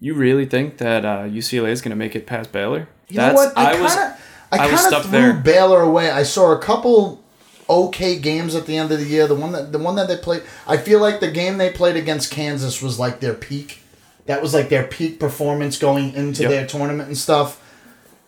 You really think that uh, UCLA is going to make it past Baylor?
You know what? I,
I was.
kinda,
I
I
was
kind of
stuck
threw
there.
Baylor away. I saw a couple okay games at the end of the year. The one that the one that they played, I feel like the game they played against Kansas was like their peak. That was like their peak performance going into
Yep.
their tournament and stuff.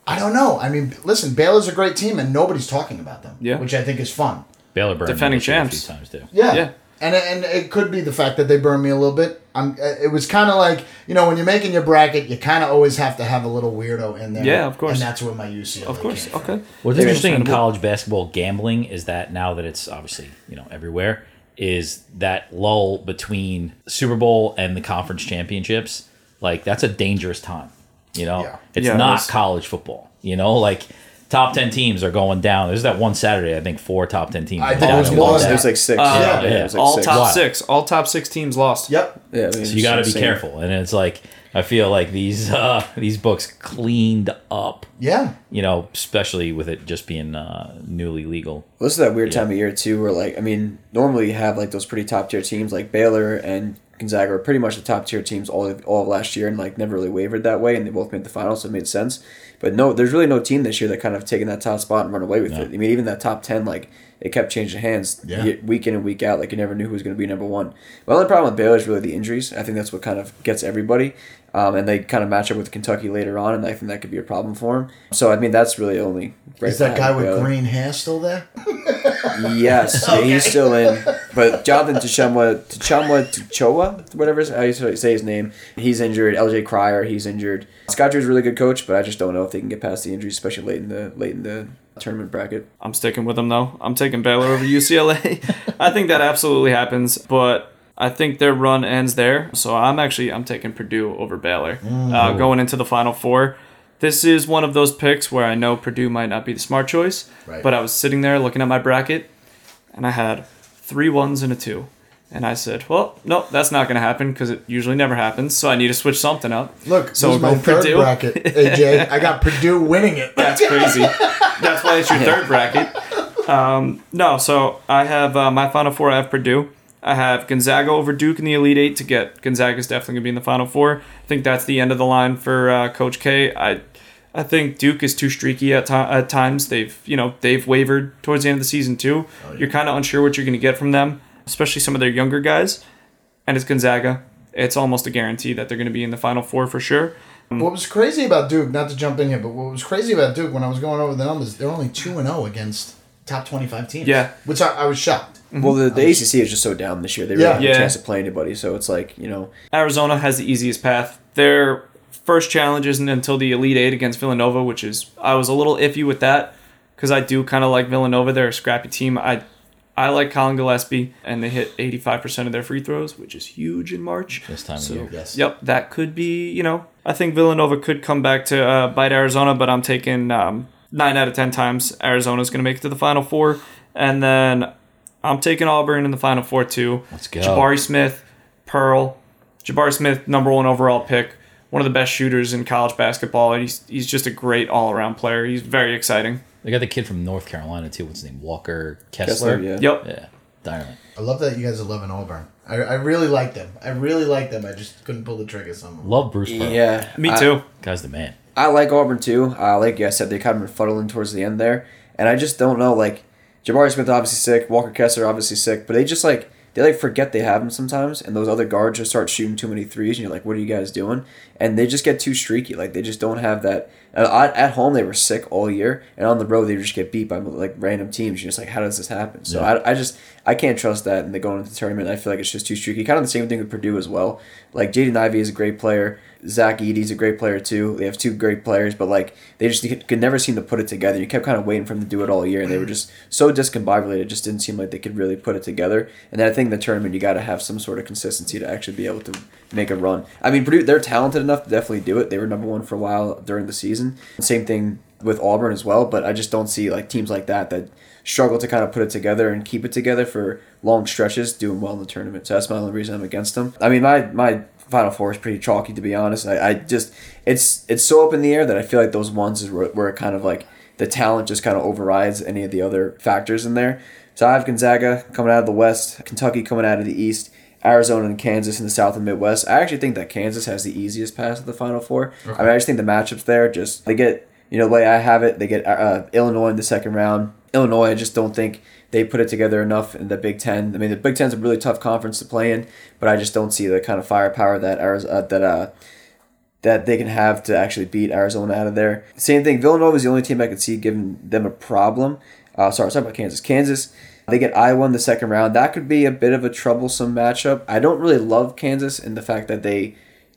I don't know. I mean, listen, Baylor's a great team, and nobody's talking about them,
Yeah.
which I think is fun.
Baylor burned me
Defending
this year
champs.
a few times too.
Yeah.
Yeah.
And, and it could be the fact that they burned me a little bit. I'm, uh, it was kind of like, you know, when you're making your bracket, you kind of always have to have a little weirdo in there.
Yeah, of course.
And that's where my UCLA
Of course.
came from.
Okay.
What's
Yeah,
interesting in
understandable.
college basketball gambling is that now that it's obviously you know everywhere is that lull between Super Bowl and the conference championships. Like that's a dangerous time. You know,
Yeah.
it's
Yeah, it
not
is.
college football. You know, like top ten teams are going down. There's that one Saturday I think four top ten teams.
I
were
think it
down
was
in
more
one day.
than that.
There's like six.
Uh,
Yeah.
there's like
all
six.
top
Wow.
six. All top six teams lost.
Yep.
Yeah,
So you got to be careful, and it's like I feel like these uh, these books cleaned up.
Yeah.
You know, especially with it just being uh, newly legal.
Well, this is that weird time of year too, where like I mean, normally you have like those pretty top tier teams like Baylor and Gonzaga were pretty much the top tier teams all of, all of last year and like never really wavered that way, and they both made the finals, so it made sense. But no, there's really no team this year that kind of taken that top spot and run away with it. I mean, even that top ten, like it kept changing hands
Yeah.
ye- week in and week out. Like you never knew who was going to be number one. My only problem with Baylor is really the injuries. I think that's what kind of gets everybody, um, and they kind of match up with Kentucky later on, and I think that could be a problem for him. So I mean, that's really only. Right
Is that
behind
guy with
Baylor.
green hair still there?
Yes, yeah, he's still in. But Jonathan Tachamwa, Tachamwa Tachoa, whatever his, how you say his name, he's injured. LJ Crier, he's injured. Scott Drew's a really good coach, but I just don't know if they can get past the injuries, especially late in the late in the tournament bracket.
I'm sticking with them though. I'm taking Baylor over UCLA. I think that absolutely happens, but I think their run ends there. So I'm actually I'm taking Purdue over Baylor uh, going into the Final Four. This is one of those picks where I know Purdue might not be the smart choice,
Right.
but I was sitting there looking at my bracket, and I had three ones and a two, and I said, "Well, no, that's not going to happen because it usually never happens. So I need to switch something up."
Look,
So
so this is
we're
my
going
third
Purdue?
bracket, AJ. I got Purdue winning it.
That's crazy. That's why it's your third bracket. Um, no, so I have uh, my final four. I have Purdue. I have Gonzaga over Duke in the Elite Eight to get. Gonzaga's definitely going to be in the final four. I think that's the end of the line for uh, Coach K. I, I think Duke is too streaky at, ti at times. They've you know they've wavered towards the end of the season too. You're kind of unsure what you're going to get from them, especially some of their younger guys. And it's Gonzaga. It's almost a guarantee that they're going to be in the final four for sure.
What was crazy about Duke, not to jump in here, but what was crazy about Duke when I was going over the numbers, they're only 2 and 0 against top 25 teams.
Yeah.
Which I, I was shocked.
Well, the, the ACC is just so down this year; they really
Yeah.
haven't
Mm-hmm. Yeah.
a chance to play anybody. So it's like you know,
Arizona has the easiest path. Their first challenge isn't until the Elite Eight against Villanova, which is I was a little iffy with that because I do kind of like Villanova. They're a scrappy team. I I like Colin Gillespie, and they hit 85% of their free throws, which is huge in March.
This time of year, yes.
Yep, that could be, you know, I think Villanova could come back to uh, bite Arizona, but I'm taking um, 9 out of 10 times Arizona's going to make it to the Final Four. And then I'm taking Auburn in the Final Four, too.
Let's go.
Jabari Smith, Pearl. Jabari Smith, number one overall pick, one of the best shooters in college basketball. and He's, he's just a great all around player. He's very exciting.
They got the kid from North Carolina too. What's his name? Walker Kessler.
Kessler, yeah.
Yep.
Yeah. Dynamite.
I love that you guys are loving Auburn. I, I really like them. I really like them. I just couldn't pull the trigger somewhere.
Love Bruce Pearl. Yeah.
yeah,
Me,
I-
too.
Guy's the man.
I like Auburn too. Uh, like I said, they kind of been fuddling towards the end there, and I just don't know. Like Jabari Smith obviously sick, Walker Kessler obviously sick, but they just like they like forget they have him sometimes, and those other guards just start shooting too many threes, and you're like, what are you guys doing? And they just get too streaky. Like they just don't have that. Uh, I- at home they were sick all year, and on the road they just get beat by like random teams. You're just like, how does this happen? So I, I just I can't trust that. And they going into the tournament, I feel like it's just too streaky. Kind of the same thing with Purdue as well. Like Jaden Ivey is a great player. Zach Eady's a great player too. They have two great players, but like they just could never seem to put it together. You kept kind of waiting for them to do it all year, and they were just so discombobulated. It just didn't seem like they could really put it together. And then I think in the tournament, you got to have some sort of consistency to actually be able to make a run. I mean, Purdue, they're talented enough to definitely do it. They were number one for a while during the season. Same thing with Auburn as well, but I just don't see like teams like that that struggle to kind of put it together and keep it together for long stretches doing well in the tournament. So that's my only reason I'm against them. I mean, my my final four is pretty chalky to be honest. I, I just it's it's so up in the air that I feel like those ones is where, where it kind of like the talent just kind of overrides any of the other factors in there. So I have Gonzaga coming out of the West, Kentucky coming out of the East. Arizona and Kansas in the South and Midwest. I actually think that Kansas has the easiest pass to the Final Four. I mean, I just think the matchups there just they get you know the way I have it. They get uh, Illinois in the second round. Illinois, I just don't think they put it together enough in the Big Ten. I mean, the Big Ten's a really tough conference to play in, but I just don't see the kind of firepower that Arizona that uh, that they can have to actually beat Arizona out of there. Same thing. Villanova is the only team I could see giving them a problem. Uh, sorry, sorry about Kansas. Kansas. They get Iowa in the second round. That could be a bit of a troublesome matchup. I don't really love Kansas in the fact that they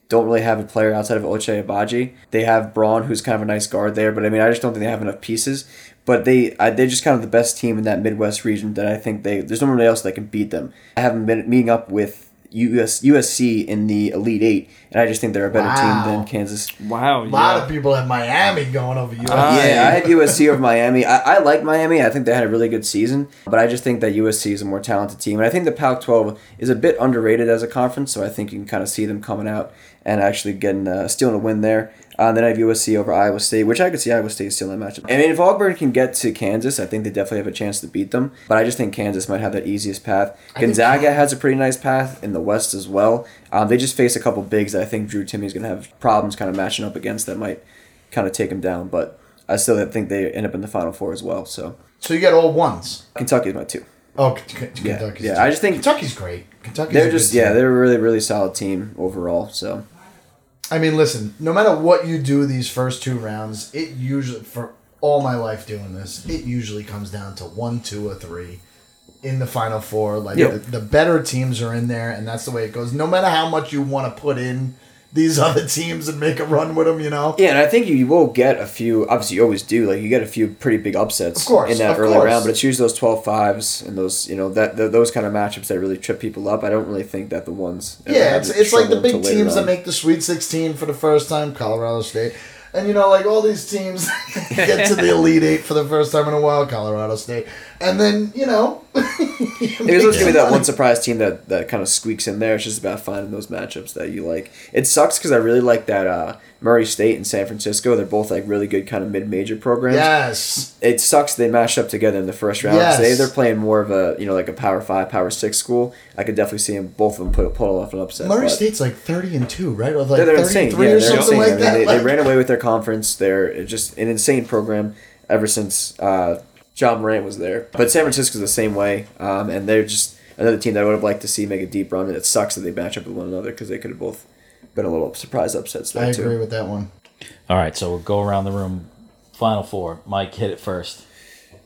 don't really have a player outside of Oche Abaji. They have Braun, who's kind of a nice guard there, but I mean, I just don't think they have enough pieces. But they, I, they're just kind of the best team in that Midwest region that I think they. There's nobody else that can beat them. I haven't been meeting up with US, USC in the Elite Eight, and I just think they're a better
Wow.
team than Kansas.
Wow.
A lot
yeah.
of people have Miami going over you.
Ah, Yeah, I had USC over Miami. I, I like Miami. I think they had a really good season, but I just think that USC is a more talented team. And I think the Pac 12 is a bit underrated as a conference, so I think you can kind of see them coming out and actually getting uh, stealing a win there. Uh, then I have USC over Iowa State, which I could see Iowa State still in that matchup. I mean, if Auburn can get to Kansas, I think they definitely have a chance to beat them. But I just think Kansas might have that easiest path. Gonzaga has a pretty nice path in the West as well. Um, they just face a couple bigs that I think Drew Timmy's going to have problems kind of matching up against that might kind of take them down. But I still think they end up in the Final Four as well. So
So you got all ones.
Kentucky's my two.
Oh, K- K- Kentucky's.
yeah, I just think-
Kentucky's great. Kentucky's a
They're
good
just yeah,
team.
they're a really really solid team overall. So
I mean, listen, no matter what you do these first two rounds, it usually, for all my life doing this, it usually comes down to one, two, or three in the final four. Like,
Yeah.
the, the better teams are in there, and that's the way it goes. No matter how much you want to put in these other teams and make a run with them, you know?
yeah, and I think you will get a few. Obviously, you always do. Like you get a few pretty big upsets
Of course,
in that
of
early
course.
round, but it's usually those 12 fives and those you know that th- those kind of matchups that really trip people up. I don't really think that the ones uh, that
Yeah,
have
it's, it's like the
struggle
big
until later
teams that
on.
make the Sweet 16 for the first time, Colorado State. And, you know, like all these teams get to the Elite Eight for the first time in a while, Colorado State. And then, you know.
There's always gonna be that one surprise team that, that kind of squeaks in there. It's just about finding those matchups that you like. It sucks because I really like that uh, Murray State and San Francisco. They're both like really good kind of mid-major programs.
Yes.
it sucks they mashed up together in the first round.
Yes.
Say they're playing more of a you know like a power five, power six school. I could definitely see them both of them put pull off an upset.
Murray
but-
State's like thirty and two, right? Or like
Yeah, they're
thirty-three
insane. Yeah, they're
or something
insane. I
like
mean,
that.
they,
like,
they ran away with their conference. They're uh, just an insane program ever since uh, John Morant was there. But San Francisco's the same way, um, and they're just another team that I would have liked to see make a deep run. And it sucks that they match up with one another because they could have both been a little surprise upsets there
I
too.
agree with that one.
All right, so we'll go around the room. Final four. Mike, hit it first.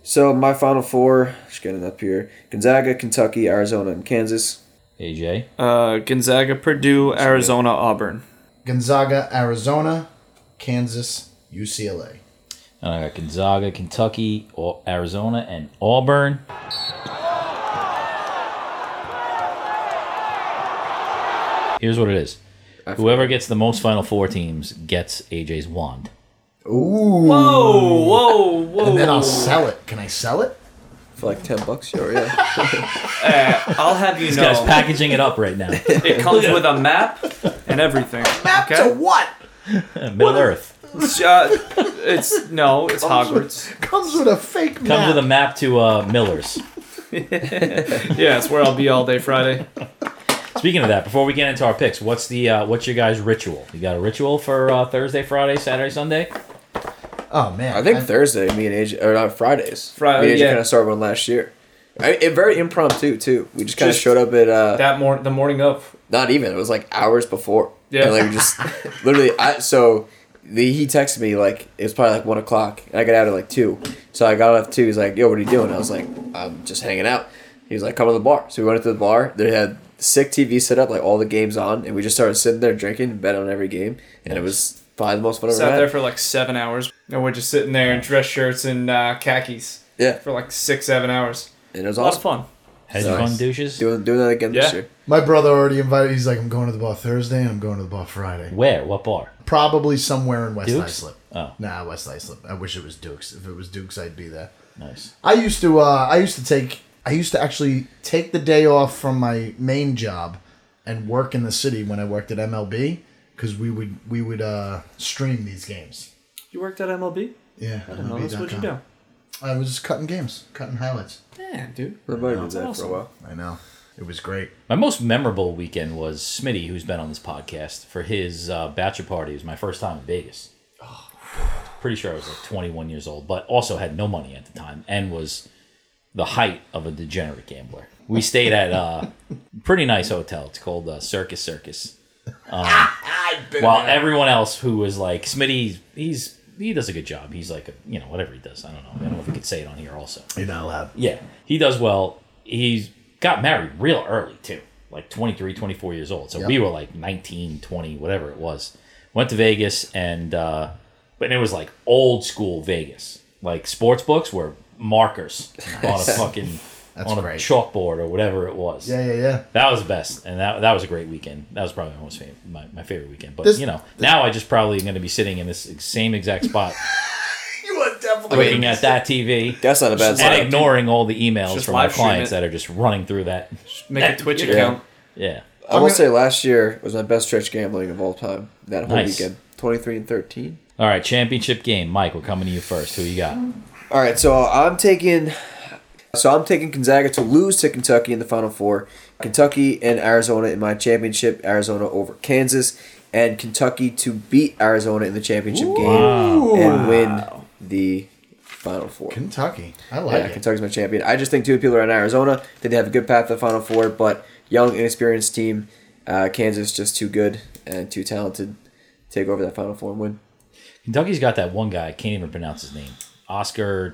So my final four, just getting up here: Gonzaga, Kentucky, Arizona, and Kansas.
AJ.
Uh, Gonzaga, Purdue, Arizona, Auburn.
Gonzaga, Arizona, Kansas, UCLA.
And I got Gonzaga, Kentucky, Au- Arizona, and Auburn. Here's what it is. Whoever gets the most Final Four teams gets AJ's wand.
Ooh.
Whoa, whoa, whoa!
And then I'll sell it. Can I sell it?
for like 10 bucks sure yeah
I'll have you
Guys,
know,
packaging it up right now.
it comes with a map and everything. Map okay?
what?
Middle Earth
Uh, it's no, it's Hogwarts.
Comes with a fake
comes
map.
with a map to uh, Miller's.
Yeah, it's where I'll be all day Friday.
Speaking of that, before we get into our picks, what's the uh, what's your guys' ritual? You got a ritual for uh, Thursday, Friday, Saturday, Sunday?
oh man.
i think thursday me and aj or not fridays
Friday,
me and aj
yeah.
kind of started one last year I, it very impromptu too we just kind of
Just
showed up at uh
That morning, the morning of.
not even it was like hours before
Yeah.
and like we just literally i so the, he texted me like it was probably like one o'clock and i got out at like two so i got out at two he's like yo what are you doing i was like i'm just hanging out he was like come to the bar so we went to the bar they had sick tv set up like all the games on and we just started sitting there drinking and bet on every game and it was probably the most fun I've ever
Sat
had.
there for like seven hours, and we're just sitting there in dress shirts and uh, khakis
yeah
for like six, seven hours.
and it was
A lot of
awesome
fun.
Had you
Nice.
fun douches?
doing doing that again this
Yeah.
year.
My brother already invited. He's like, I'm going to the bar Thursday and I'm going to the bar Friday.
Where? What bar?
Probably somewhere in West
Dukes?
Islip.
Oh.
Nah, West Islip. I wish it was Dukes. If it was Dukes, I'd be there.
Nice.
I used to uh, I used to take I used to actually take the day off from my main job and work in the city when I worked at MLB because we would we would uh, stream these games.
You worked at MLB?
Yeah,
No, that's what you do.
I was just cutting games, cutting highlights.
Yeah, dude.
The bar did that for
awesome.
a while.
I know it was great.
My most memorable weekend was Smitty, who's been on this podcast, for his uh, bachelor party. It was my first time in Vegas. Pretty sure I was like 21 years old, but also had no money at the time and was the height of a degenerate gambler. We stayed at a pretty nice hotel. It's called uh, Circus Circus. Um, while everyone else who was like, Smitty, he's, he does a good job. He's like, a, you know, whatever he does. I don't know. I don't know if we could say it on here also.
You're not allowed.
Yeah, he does well. He's got married real early, too, like 23, 24 years old. So we were like 19, 20, whatever it was. Went to Vegas, and uh, but it was like old school Vegas. Like sports books were markers on a fucking on a
great.
chalkboard or whatever it was.
Yeah, yeah, yeah.
That was the best, and that, that was a great weekend. That was probably my most favorite, my, my favorite weekend. But
This-
you know, now I just probably going to be sitting in this same exact spot,
You are definitely
looking at that TV,
That's not a bad
and
sign.
ignoring all the emails
Just
from my
live stream
clients
it.
that are just running through that.
Make a Twitch
Yeah.
account.
Yeah.
I will
gonna-
say last year was my best stretch gambling of all time. That whole
Nice.
weekend. 23 and 13.
All right, championship game. Mike, we're coming to you first. Who you got?
All right, so I'm taking, so I'm taking Gonzaga to lose to Kentucky in the Final Four. Kentucky and Arizona in my championship. Arizona over Kansas, and Kentucky to beat Arizona in the championship game and win the Final Four.
Kentucky. I
yeah,
like it.
Kentucky's my champion. I just think two people are in Arizona. I think they have a good path to the Final Four, but young, inexperienced team. Uh, Kansas just too good and too talented to take over that Final Four and win.
Kentucky's got that one guy. I can't even pronounce his name. Oscar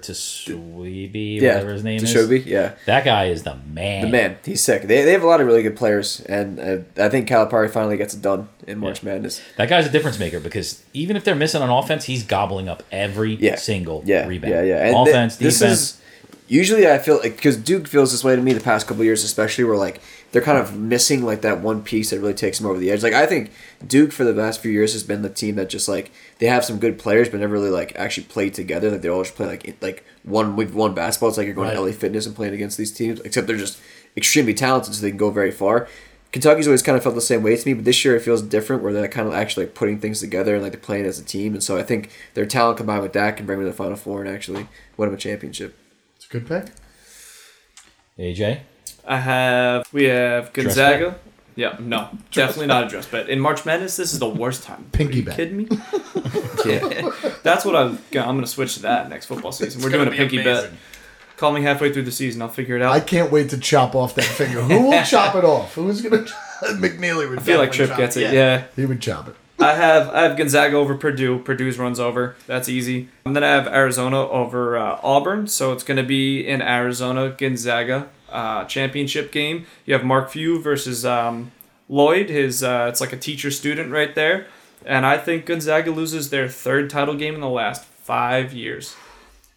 Tshiebwe,
Yeah,
whatever his name is.
Deshaubie, yeah.
That guy is the man.
The man, he's sick. They, they have a lot of really good players, and uh, I think Calipari finally gets it done in March Madness.
That guy's a difference maker because even if they're missing on offense, he's gobbling up every
Yeah,
single
yeah,
rebound.
yeah, yeah. And thi-
offense,
this
defense.
is- usually, I feel like because Duke feels this way to me the past couple years, especially where like they're kind of missing like that one piece that really takes them over the edge. Like I think Duke for the last few years has been the team that just like they have some good players, but never really like actually play together. Like they all just play like it- like one with one basketball. It's like you're going to
Right.
LA Fitness and playing against these teams, except they're just extremely talented, so they can go very far. Kentucky's always kind of felt the same way to me, but this year it feels different where they're kind of actually like putting things together and like they're playing as a team. And so I think their talent combined with that can bring them to the Final Four and actually win them a championship.
It's a good pick.
AJ.
I have we have
Dress
Gonzaga. Yeah, no, definitely not a dress bet. In March Madness, this is the worst time.
Pinky
Are you
bet.
kidding me?
Yeah.
That's what I'm. Gonna, I'm gonna switch to that next football season. We're doing a pinky bet. Call me halfway through the season. I'll figure it out.
I can't wait to chop off that finger. Who will chop it off? Who's gonna? McNeely would.
I feel like Trip gets it. Yeah.
He would chop it.
I have I have Gonzaga over Purdue. Purdue's runs over. That's easy. And then I have Arizona over uh, Auburn. So it's going to be an Arizona Gonzaga uh, championship game. You have Mark Few versus um, Lloyd. His uh, it's like a teacher student right there. And I think Gonzaga loses their third title game in the last five years.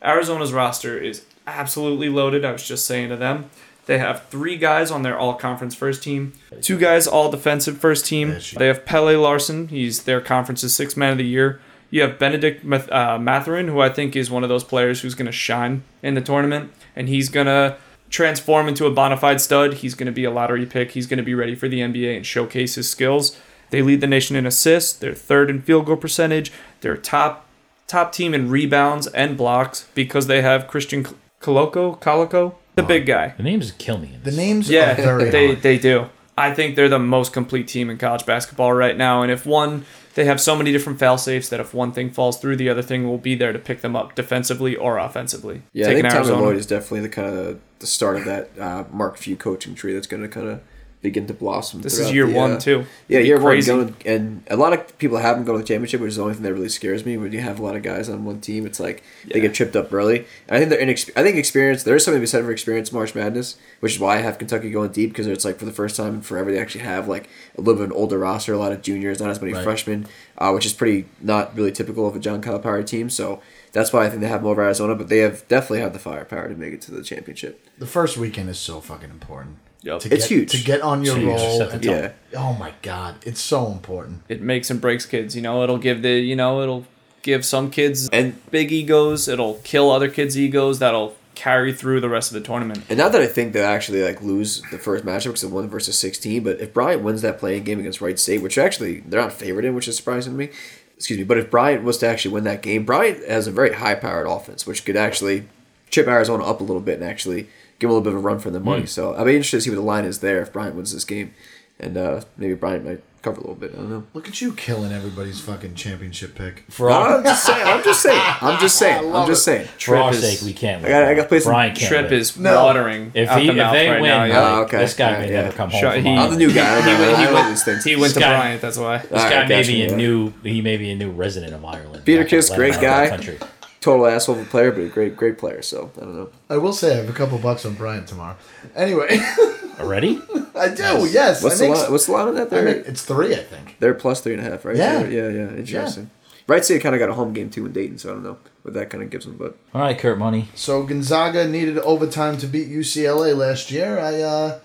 Arizona's roster is absolutely loaded. I was just saying to them. They have three guys on their all conference first team, two guys all defensive first team. They have Pele Larson. He's their conference's sixth man of the year. You have Benedict Math- uh, Matherin, who I think is one of those players who's going to shine in the tournament, and he's going to transform into a bona fide stud. He's going to be a lottery pick. He's going to be ready for the NBA and showcase his skills. They lead the nation in assists. They're third in field goal percentage. They're top top team in rebounds and blocks because they have Christian Coloco, Coloco, the big guy.
The names kill me. In
The
this.
names
Yeah,
are very
they
hard.
they do. I think they're the most complete team in college basketball right now, and if one they have so many different fail safes that if one thing falls through, the other thing will be there to pick them up defensively or offensively.
Yeah, I think Tommy Lloyd is definitely the kind of the start of that uh, Mark Few coaching tree that's going to kind of begin to blossom.
This
throughout
is year
the,
one,
uh,
too.
Yeah,
It'd be
year
crazy.
one, going, and a lot of people haven't gone to the championship, which is the only thing that really scares me. When you have a lot of guys on one team, it's like they get tripped up early. And I think they're inexp- I think experience. There is something to be said for experience in March Madness, which is why I have Kentucky going deep because it's like for the first time in forever they actually have like a little bit of an older roster, a lot of juniors, not as many
Right.
freshmen, uh, which is pretty not really typical of a John Calipari team. So. That's why I think they have them over Arizona, but they have definitely have the firepower to make it to the championship.
the first weekend is so fucking important.
Yep.
To
It's
get,
huge.
to get on your
Huge.
roll.
Set the
And
tone.
Oh my god, it's so important.
It makes and breaks kids. You know, it'll give the you know it'll give some kids
And
big egos. It'll kill other kids' egos. That'll carry through the rest of the tournament.
And not that I think they'll actually like lose the first matchup because of one versus sixteen, but if Bryant wins that playing game against Wright State, which actually they're not favored in, which is surprising to me. Excuse me, but if Bryant was to actually win that game, Bryant has a very high powered offense, which could actually chip Arizona up a little bit and actually give them a little bit of a run for the
Hmm.
money. So I'd be interested to see what the line is there if Bryant wins this game, and uh, maybe Bryant might cover a little bit. I don't know.
Look at you killing everybody's fucking championship pick.
For all,
I'm just saying. I'm just saying. I'm just saying. I'm
love
just
it.
saying.
for our
Tripp is-
sake, we can't.
I gotta- I gotta play some-
Brian can't
Trip
win.
is
No.
watering.
If
out
he
the
if
mouth
they
right
win,
now, yeah.
like,
Oh, okay.
this guy
Yeah,
may
yeah.
never come home.
Sure,
from
he-
Ireland.
I'm the new guy. I don't know. I don't
he
know
went-
these things.
He went to
This guy-
Bryant, that's why.
This
All
guy
right,
may
gotcha,
be
yeah.
a new. He may be a new resident of Ireland.
Peter
Not gonna
Kiss,
let him
great
out of the
guy.
country.
total asshole of a player, but a great, great player. So I don't know.
I will say I have a couple bucks on Bryant tomorrow. Anyway,
Already?
I do. Yes,
What's
I
the
think
line? What's the line on that?
I
They're
think it's three. I think.
they're plus three and a half, right?
Yeah.
They're- yeah, yeah. Interesting. Right State kind of got a home game too in Dayton, so I don't know what that kind of gives them. But
All right, Kurt Money.
So Gonzaga needed overtime to beat UCLA last year. I uh,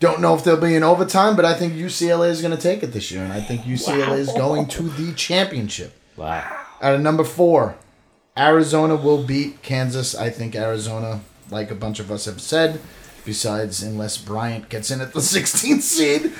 don't know if they'll be in overtime, but I think UCLA is going to take it this year, and I think UCLA is going to the championship.
Wow.
Out of number four, Arizona will beat Kansas. I think Arizona, like a bunch of us have said, besides unless Bryant gets in at the 16th seed,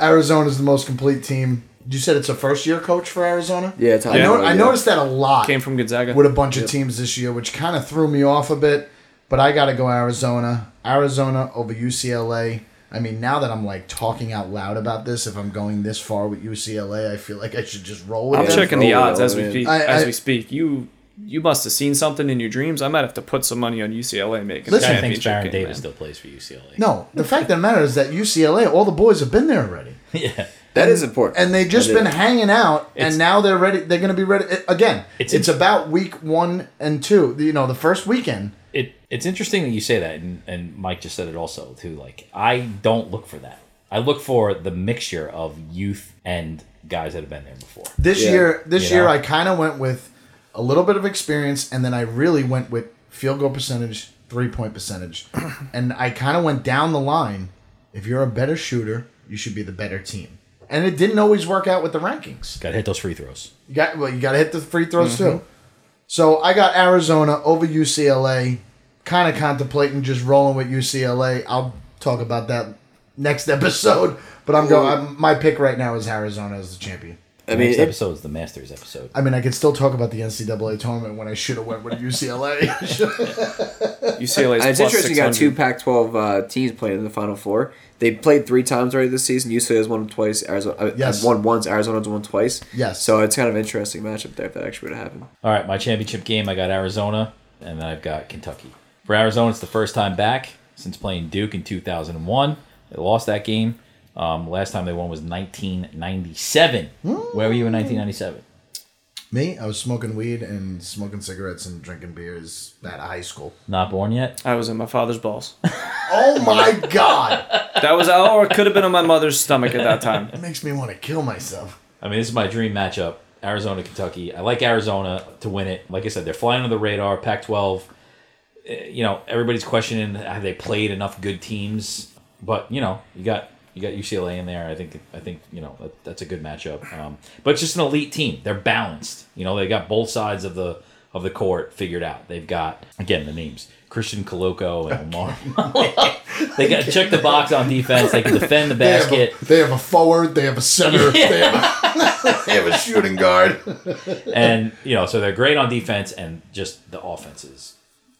Arizona's the most complete team. You said it's a first year coach for Arizona.
Yeah, it's
I, know,
Arizona,
I
yeah.
noticed that a lot
Came from Gonzaga.
with a bunch of teams this year, which kind of threw me off a bit. But I got to go Arizona. Arizona over UCLA. I mean, now that I'm like talking out loud about this, if I'm going this far with UCLA, I feel like I should just roll with
I'm
it.
Yeah,
checking the
throw it
odds as
over
we
it.
speak.
I-
as
I-
we speak, you you must have seen something in your dreams. I might have to put some money on UCLA making the
Listen,
Guy
championship
thinks Baron
game,
Davis
man.
still plays for UCLA.
No, the fact of the matter is that UCLA, all the boys have been there already,
Yeah.
That is important.
and they've just
That
been
is-
hanging out,
It's-
and now they're ready. They're going to be ready it- again. It's,
It's-
about week one and two. You know, the first weekend.
It it's interesting that you say that, and, and Mike just said it also too. Like I don't look for that. I look for the mixture of youth and guys that have been there before.
This
Yeah.
year, this
You
year,
know?
I kind of went with a little bit of experience, and then I really went with field goal percentage, three point percentage, and I kind of went down the line. If you're a better shooter, you should be the better team. And it didn't always work out with the rankings.
Got to hit those free throws.
You got well, you got to hit the free throws too. So I got Arizona over UCLA. Kind of contemplating just rolling with UCLA. I'll talk about that next episode. But I'm going. I'm, my pick right now is Arizona as the champion.
I mean,
Next
it,
episode is the Masters episode.
I mean, I could still talk about the NCAA tournament when I should have went with UCLA.
UCLA.
it's interesting. You got two Pac-12 uh, teams playing in the Final Four. They played three times already this season. UCLA's won twice. Arizona uh,
Yes.
won once. Arizona's won twice.
Yes.
So it's kind of an interesting matchup there if that actually would have happened.
All right, my championship game, I got Arizona, and then I've got Kentucky. For Arizona, it's the first time back since playing Duke in 2001. They lost that game. Um, last time they won was 1997. Where were you in 1997?
Me, I was smoking weed and smoking cigarettes and drinking beers at high school.
Not born yet?
I was in my father's balls.
Oh my god!
That was, uh, or it could have been on my mother's stomach at that time.
It makes me want to kill myself.
I mean, this is my dream matchup Arizona, Kentucky. I like Arizona to win it. Like I said, they're flying under the radar, Pac 12. You know, everybody's questioning have they played enough good teams? But, you know, you got. You got UCLA in there. I think. I think you know that, that's a good matchup. Um, but it's just an elite team. They're balanced. You know, they got both sides of the of the court figured out. They've got again the names Christian Koloko and Omar. they got check the box on defense. They can defend the
They have,
basket.
a, they have a forward. They have a center. They, have a, they have a shooting guard.
and you know, so they're great on defense, and just the offense is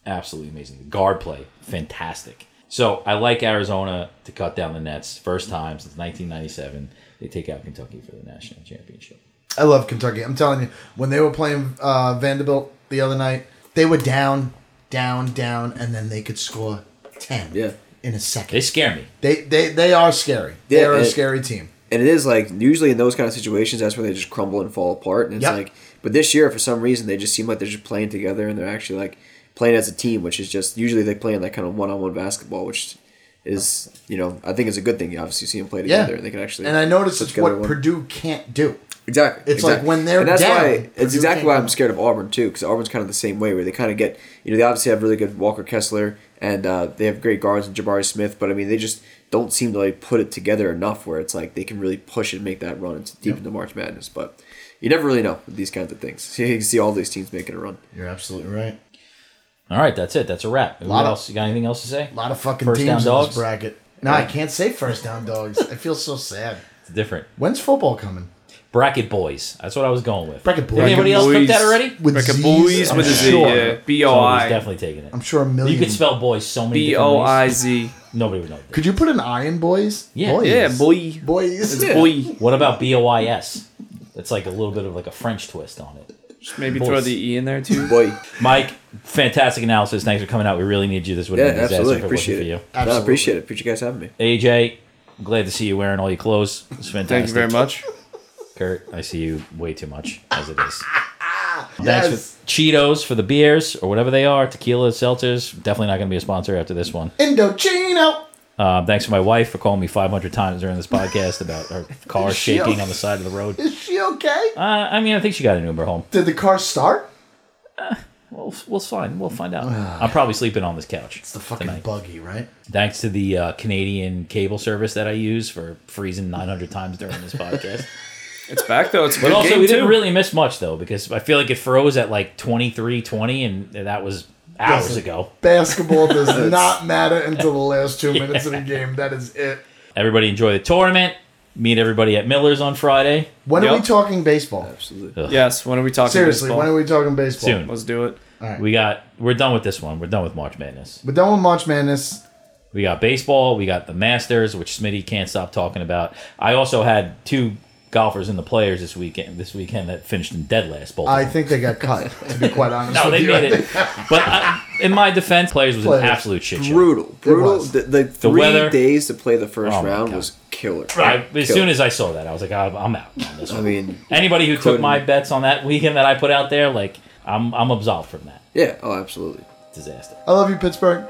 absolutely amazing. The guard play, fantastic. So I like Arizona to cut down the nets. First time since 1997, they take out Kentucky for the national championship.
I love Kentucky. I'm telling you, when they were playing uh, Vanderbilt the other night, they were down, down, down, and then they could score ten.
Yeah.
In a
They
second.
scare me.
They they they are scary. They
Yeah,
are a
it-
scary team.
And it is like usually in those kind of situations, that's where they just crumble and fall apart. And it's
Yep.
like, but this year for some reason they just seem like they're just playing together and they're actually like playing as a team, which is just usually they play in that kind of one-on-one basketball, which is you know I think is a good thing. You obviously see them play
Yeah.
together. and They can actually
And I notice
put
it's
together
what
one-
Purdue can't do.
Exactly.
It's like
exactly.
when they're
and that's
down,
why it's
Purdue
exactly
can't
why
come.
I'm scared of Auburn too, because Auburn's kind of the same way, where they kind of get you know they obviously have really good Walker Kessler and uh, they have great guards and Jabari Smith, but I mean they just don't seem to like put it together enough where it's like they can really push and make that run into deep into March Madness. But you never really know with these kinds of things. You can see all these teams making a run.
You're absolutely right.
All right, that's it. That's a wrap. Who
Lot of-
else? you got anything else to say?
A lot of fucking
First down
teams in this
dogs?
bracket. No, I can't say first down dogs. I feel so sad.
It's different.
When's football coming?
Bracket boys. That's what I was going with.
Bracket boys.
Did anybody else pick
Bracket
that
boys.
already?
With
Like a
Z's,
boys
I'm
with a Z,
sure.
yeah. B O
Somebody's
I
definitely taking it.
I'm sure a
You
million.
could spell boys so many
B
different
O
ways.
I Z.
Nobody would know. That.
Could you put an I in boys?
Yeah.
boys.
Yeah, boy,
Boys.
Yeah.
boy.
What about B O I S? That's like a little bit of like a French twist on it.
Just maybe throw
Boys.
the E in there too.
Boy,
Mike, fantastic analysis. Thanks for coming out. We really need you. This would
yeah,
have been a disaster
absolutely
if it wasn't
appreciate
for
it.
you.
No,
Absolutely.
I appreciate it. Appreciate you guys having me.
AJ, glad to see you wearing all your clothes. It's fantastic.
Thank you very much.
Kurt, I see you way too much as it is. Thanks
Yes.
for Cheetos for the beers or whatever they are, tequila, seltzers. Definitely not going to be a sponsor after this one.
Indochino.
Um, thanks to my wife for calling me 500 times during this podcast about her car
Is she
shaking
o-
on the side of the road. Uh,
Is she okay?
I mean, I think she got an Uber home.
Did the car start?
We'll, we'll find. We'll find out. I'm probably sleeping on this couch.
It's the fucking buggy, right?
Thanks to the uh, Canadian cable service that I use for freezing 900 times during this podcast.
It's back though. It's a
But
good
also,
game
we didn't
too.
really miss much though, because I feel like it froze at like 23, 20, and that was hours
Doesn't-
ago.
Basketball does not matter until the last two minutes of the game. That is it.
Everybody enjoy the tournament. Meet everybody at Miller's on Friday.
When are we
Yep.
talking baseball?
Absolutely.
Yes. When are we talking?
Seriously,
baseball?
when are we talking baseball?
Soon.
Let's do it.
We got we're done with this one. We're done with March Madness.
We're done with March Madness.
We got baseball. We got the Masters, which Smitty can't stop talking about. I also had two golfers in the Players this weekend. This weekend that finished in dead last. Both. of
I
them.
think they got cut, to be quite honest.
No,
with
they
you.
made it. But I, in my defense, Players was
Players.
an absolute shit show.
Brutal. Brutal.
was.
The, the three
weather-
days to play the first
Oh my
round
God.
was killer.
I, as
Killer.
soon as I saw that, I was like, I'm I'm out on this
I
one.
mean,
Anybody who took
couldn't-
my bets on that weekend that I put out there, like, I'm I'm absolved from that
yeah. Oh, absolutely.
disaster.
I love you, Pittsburgh.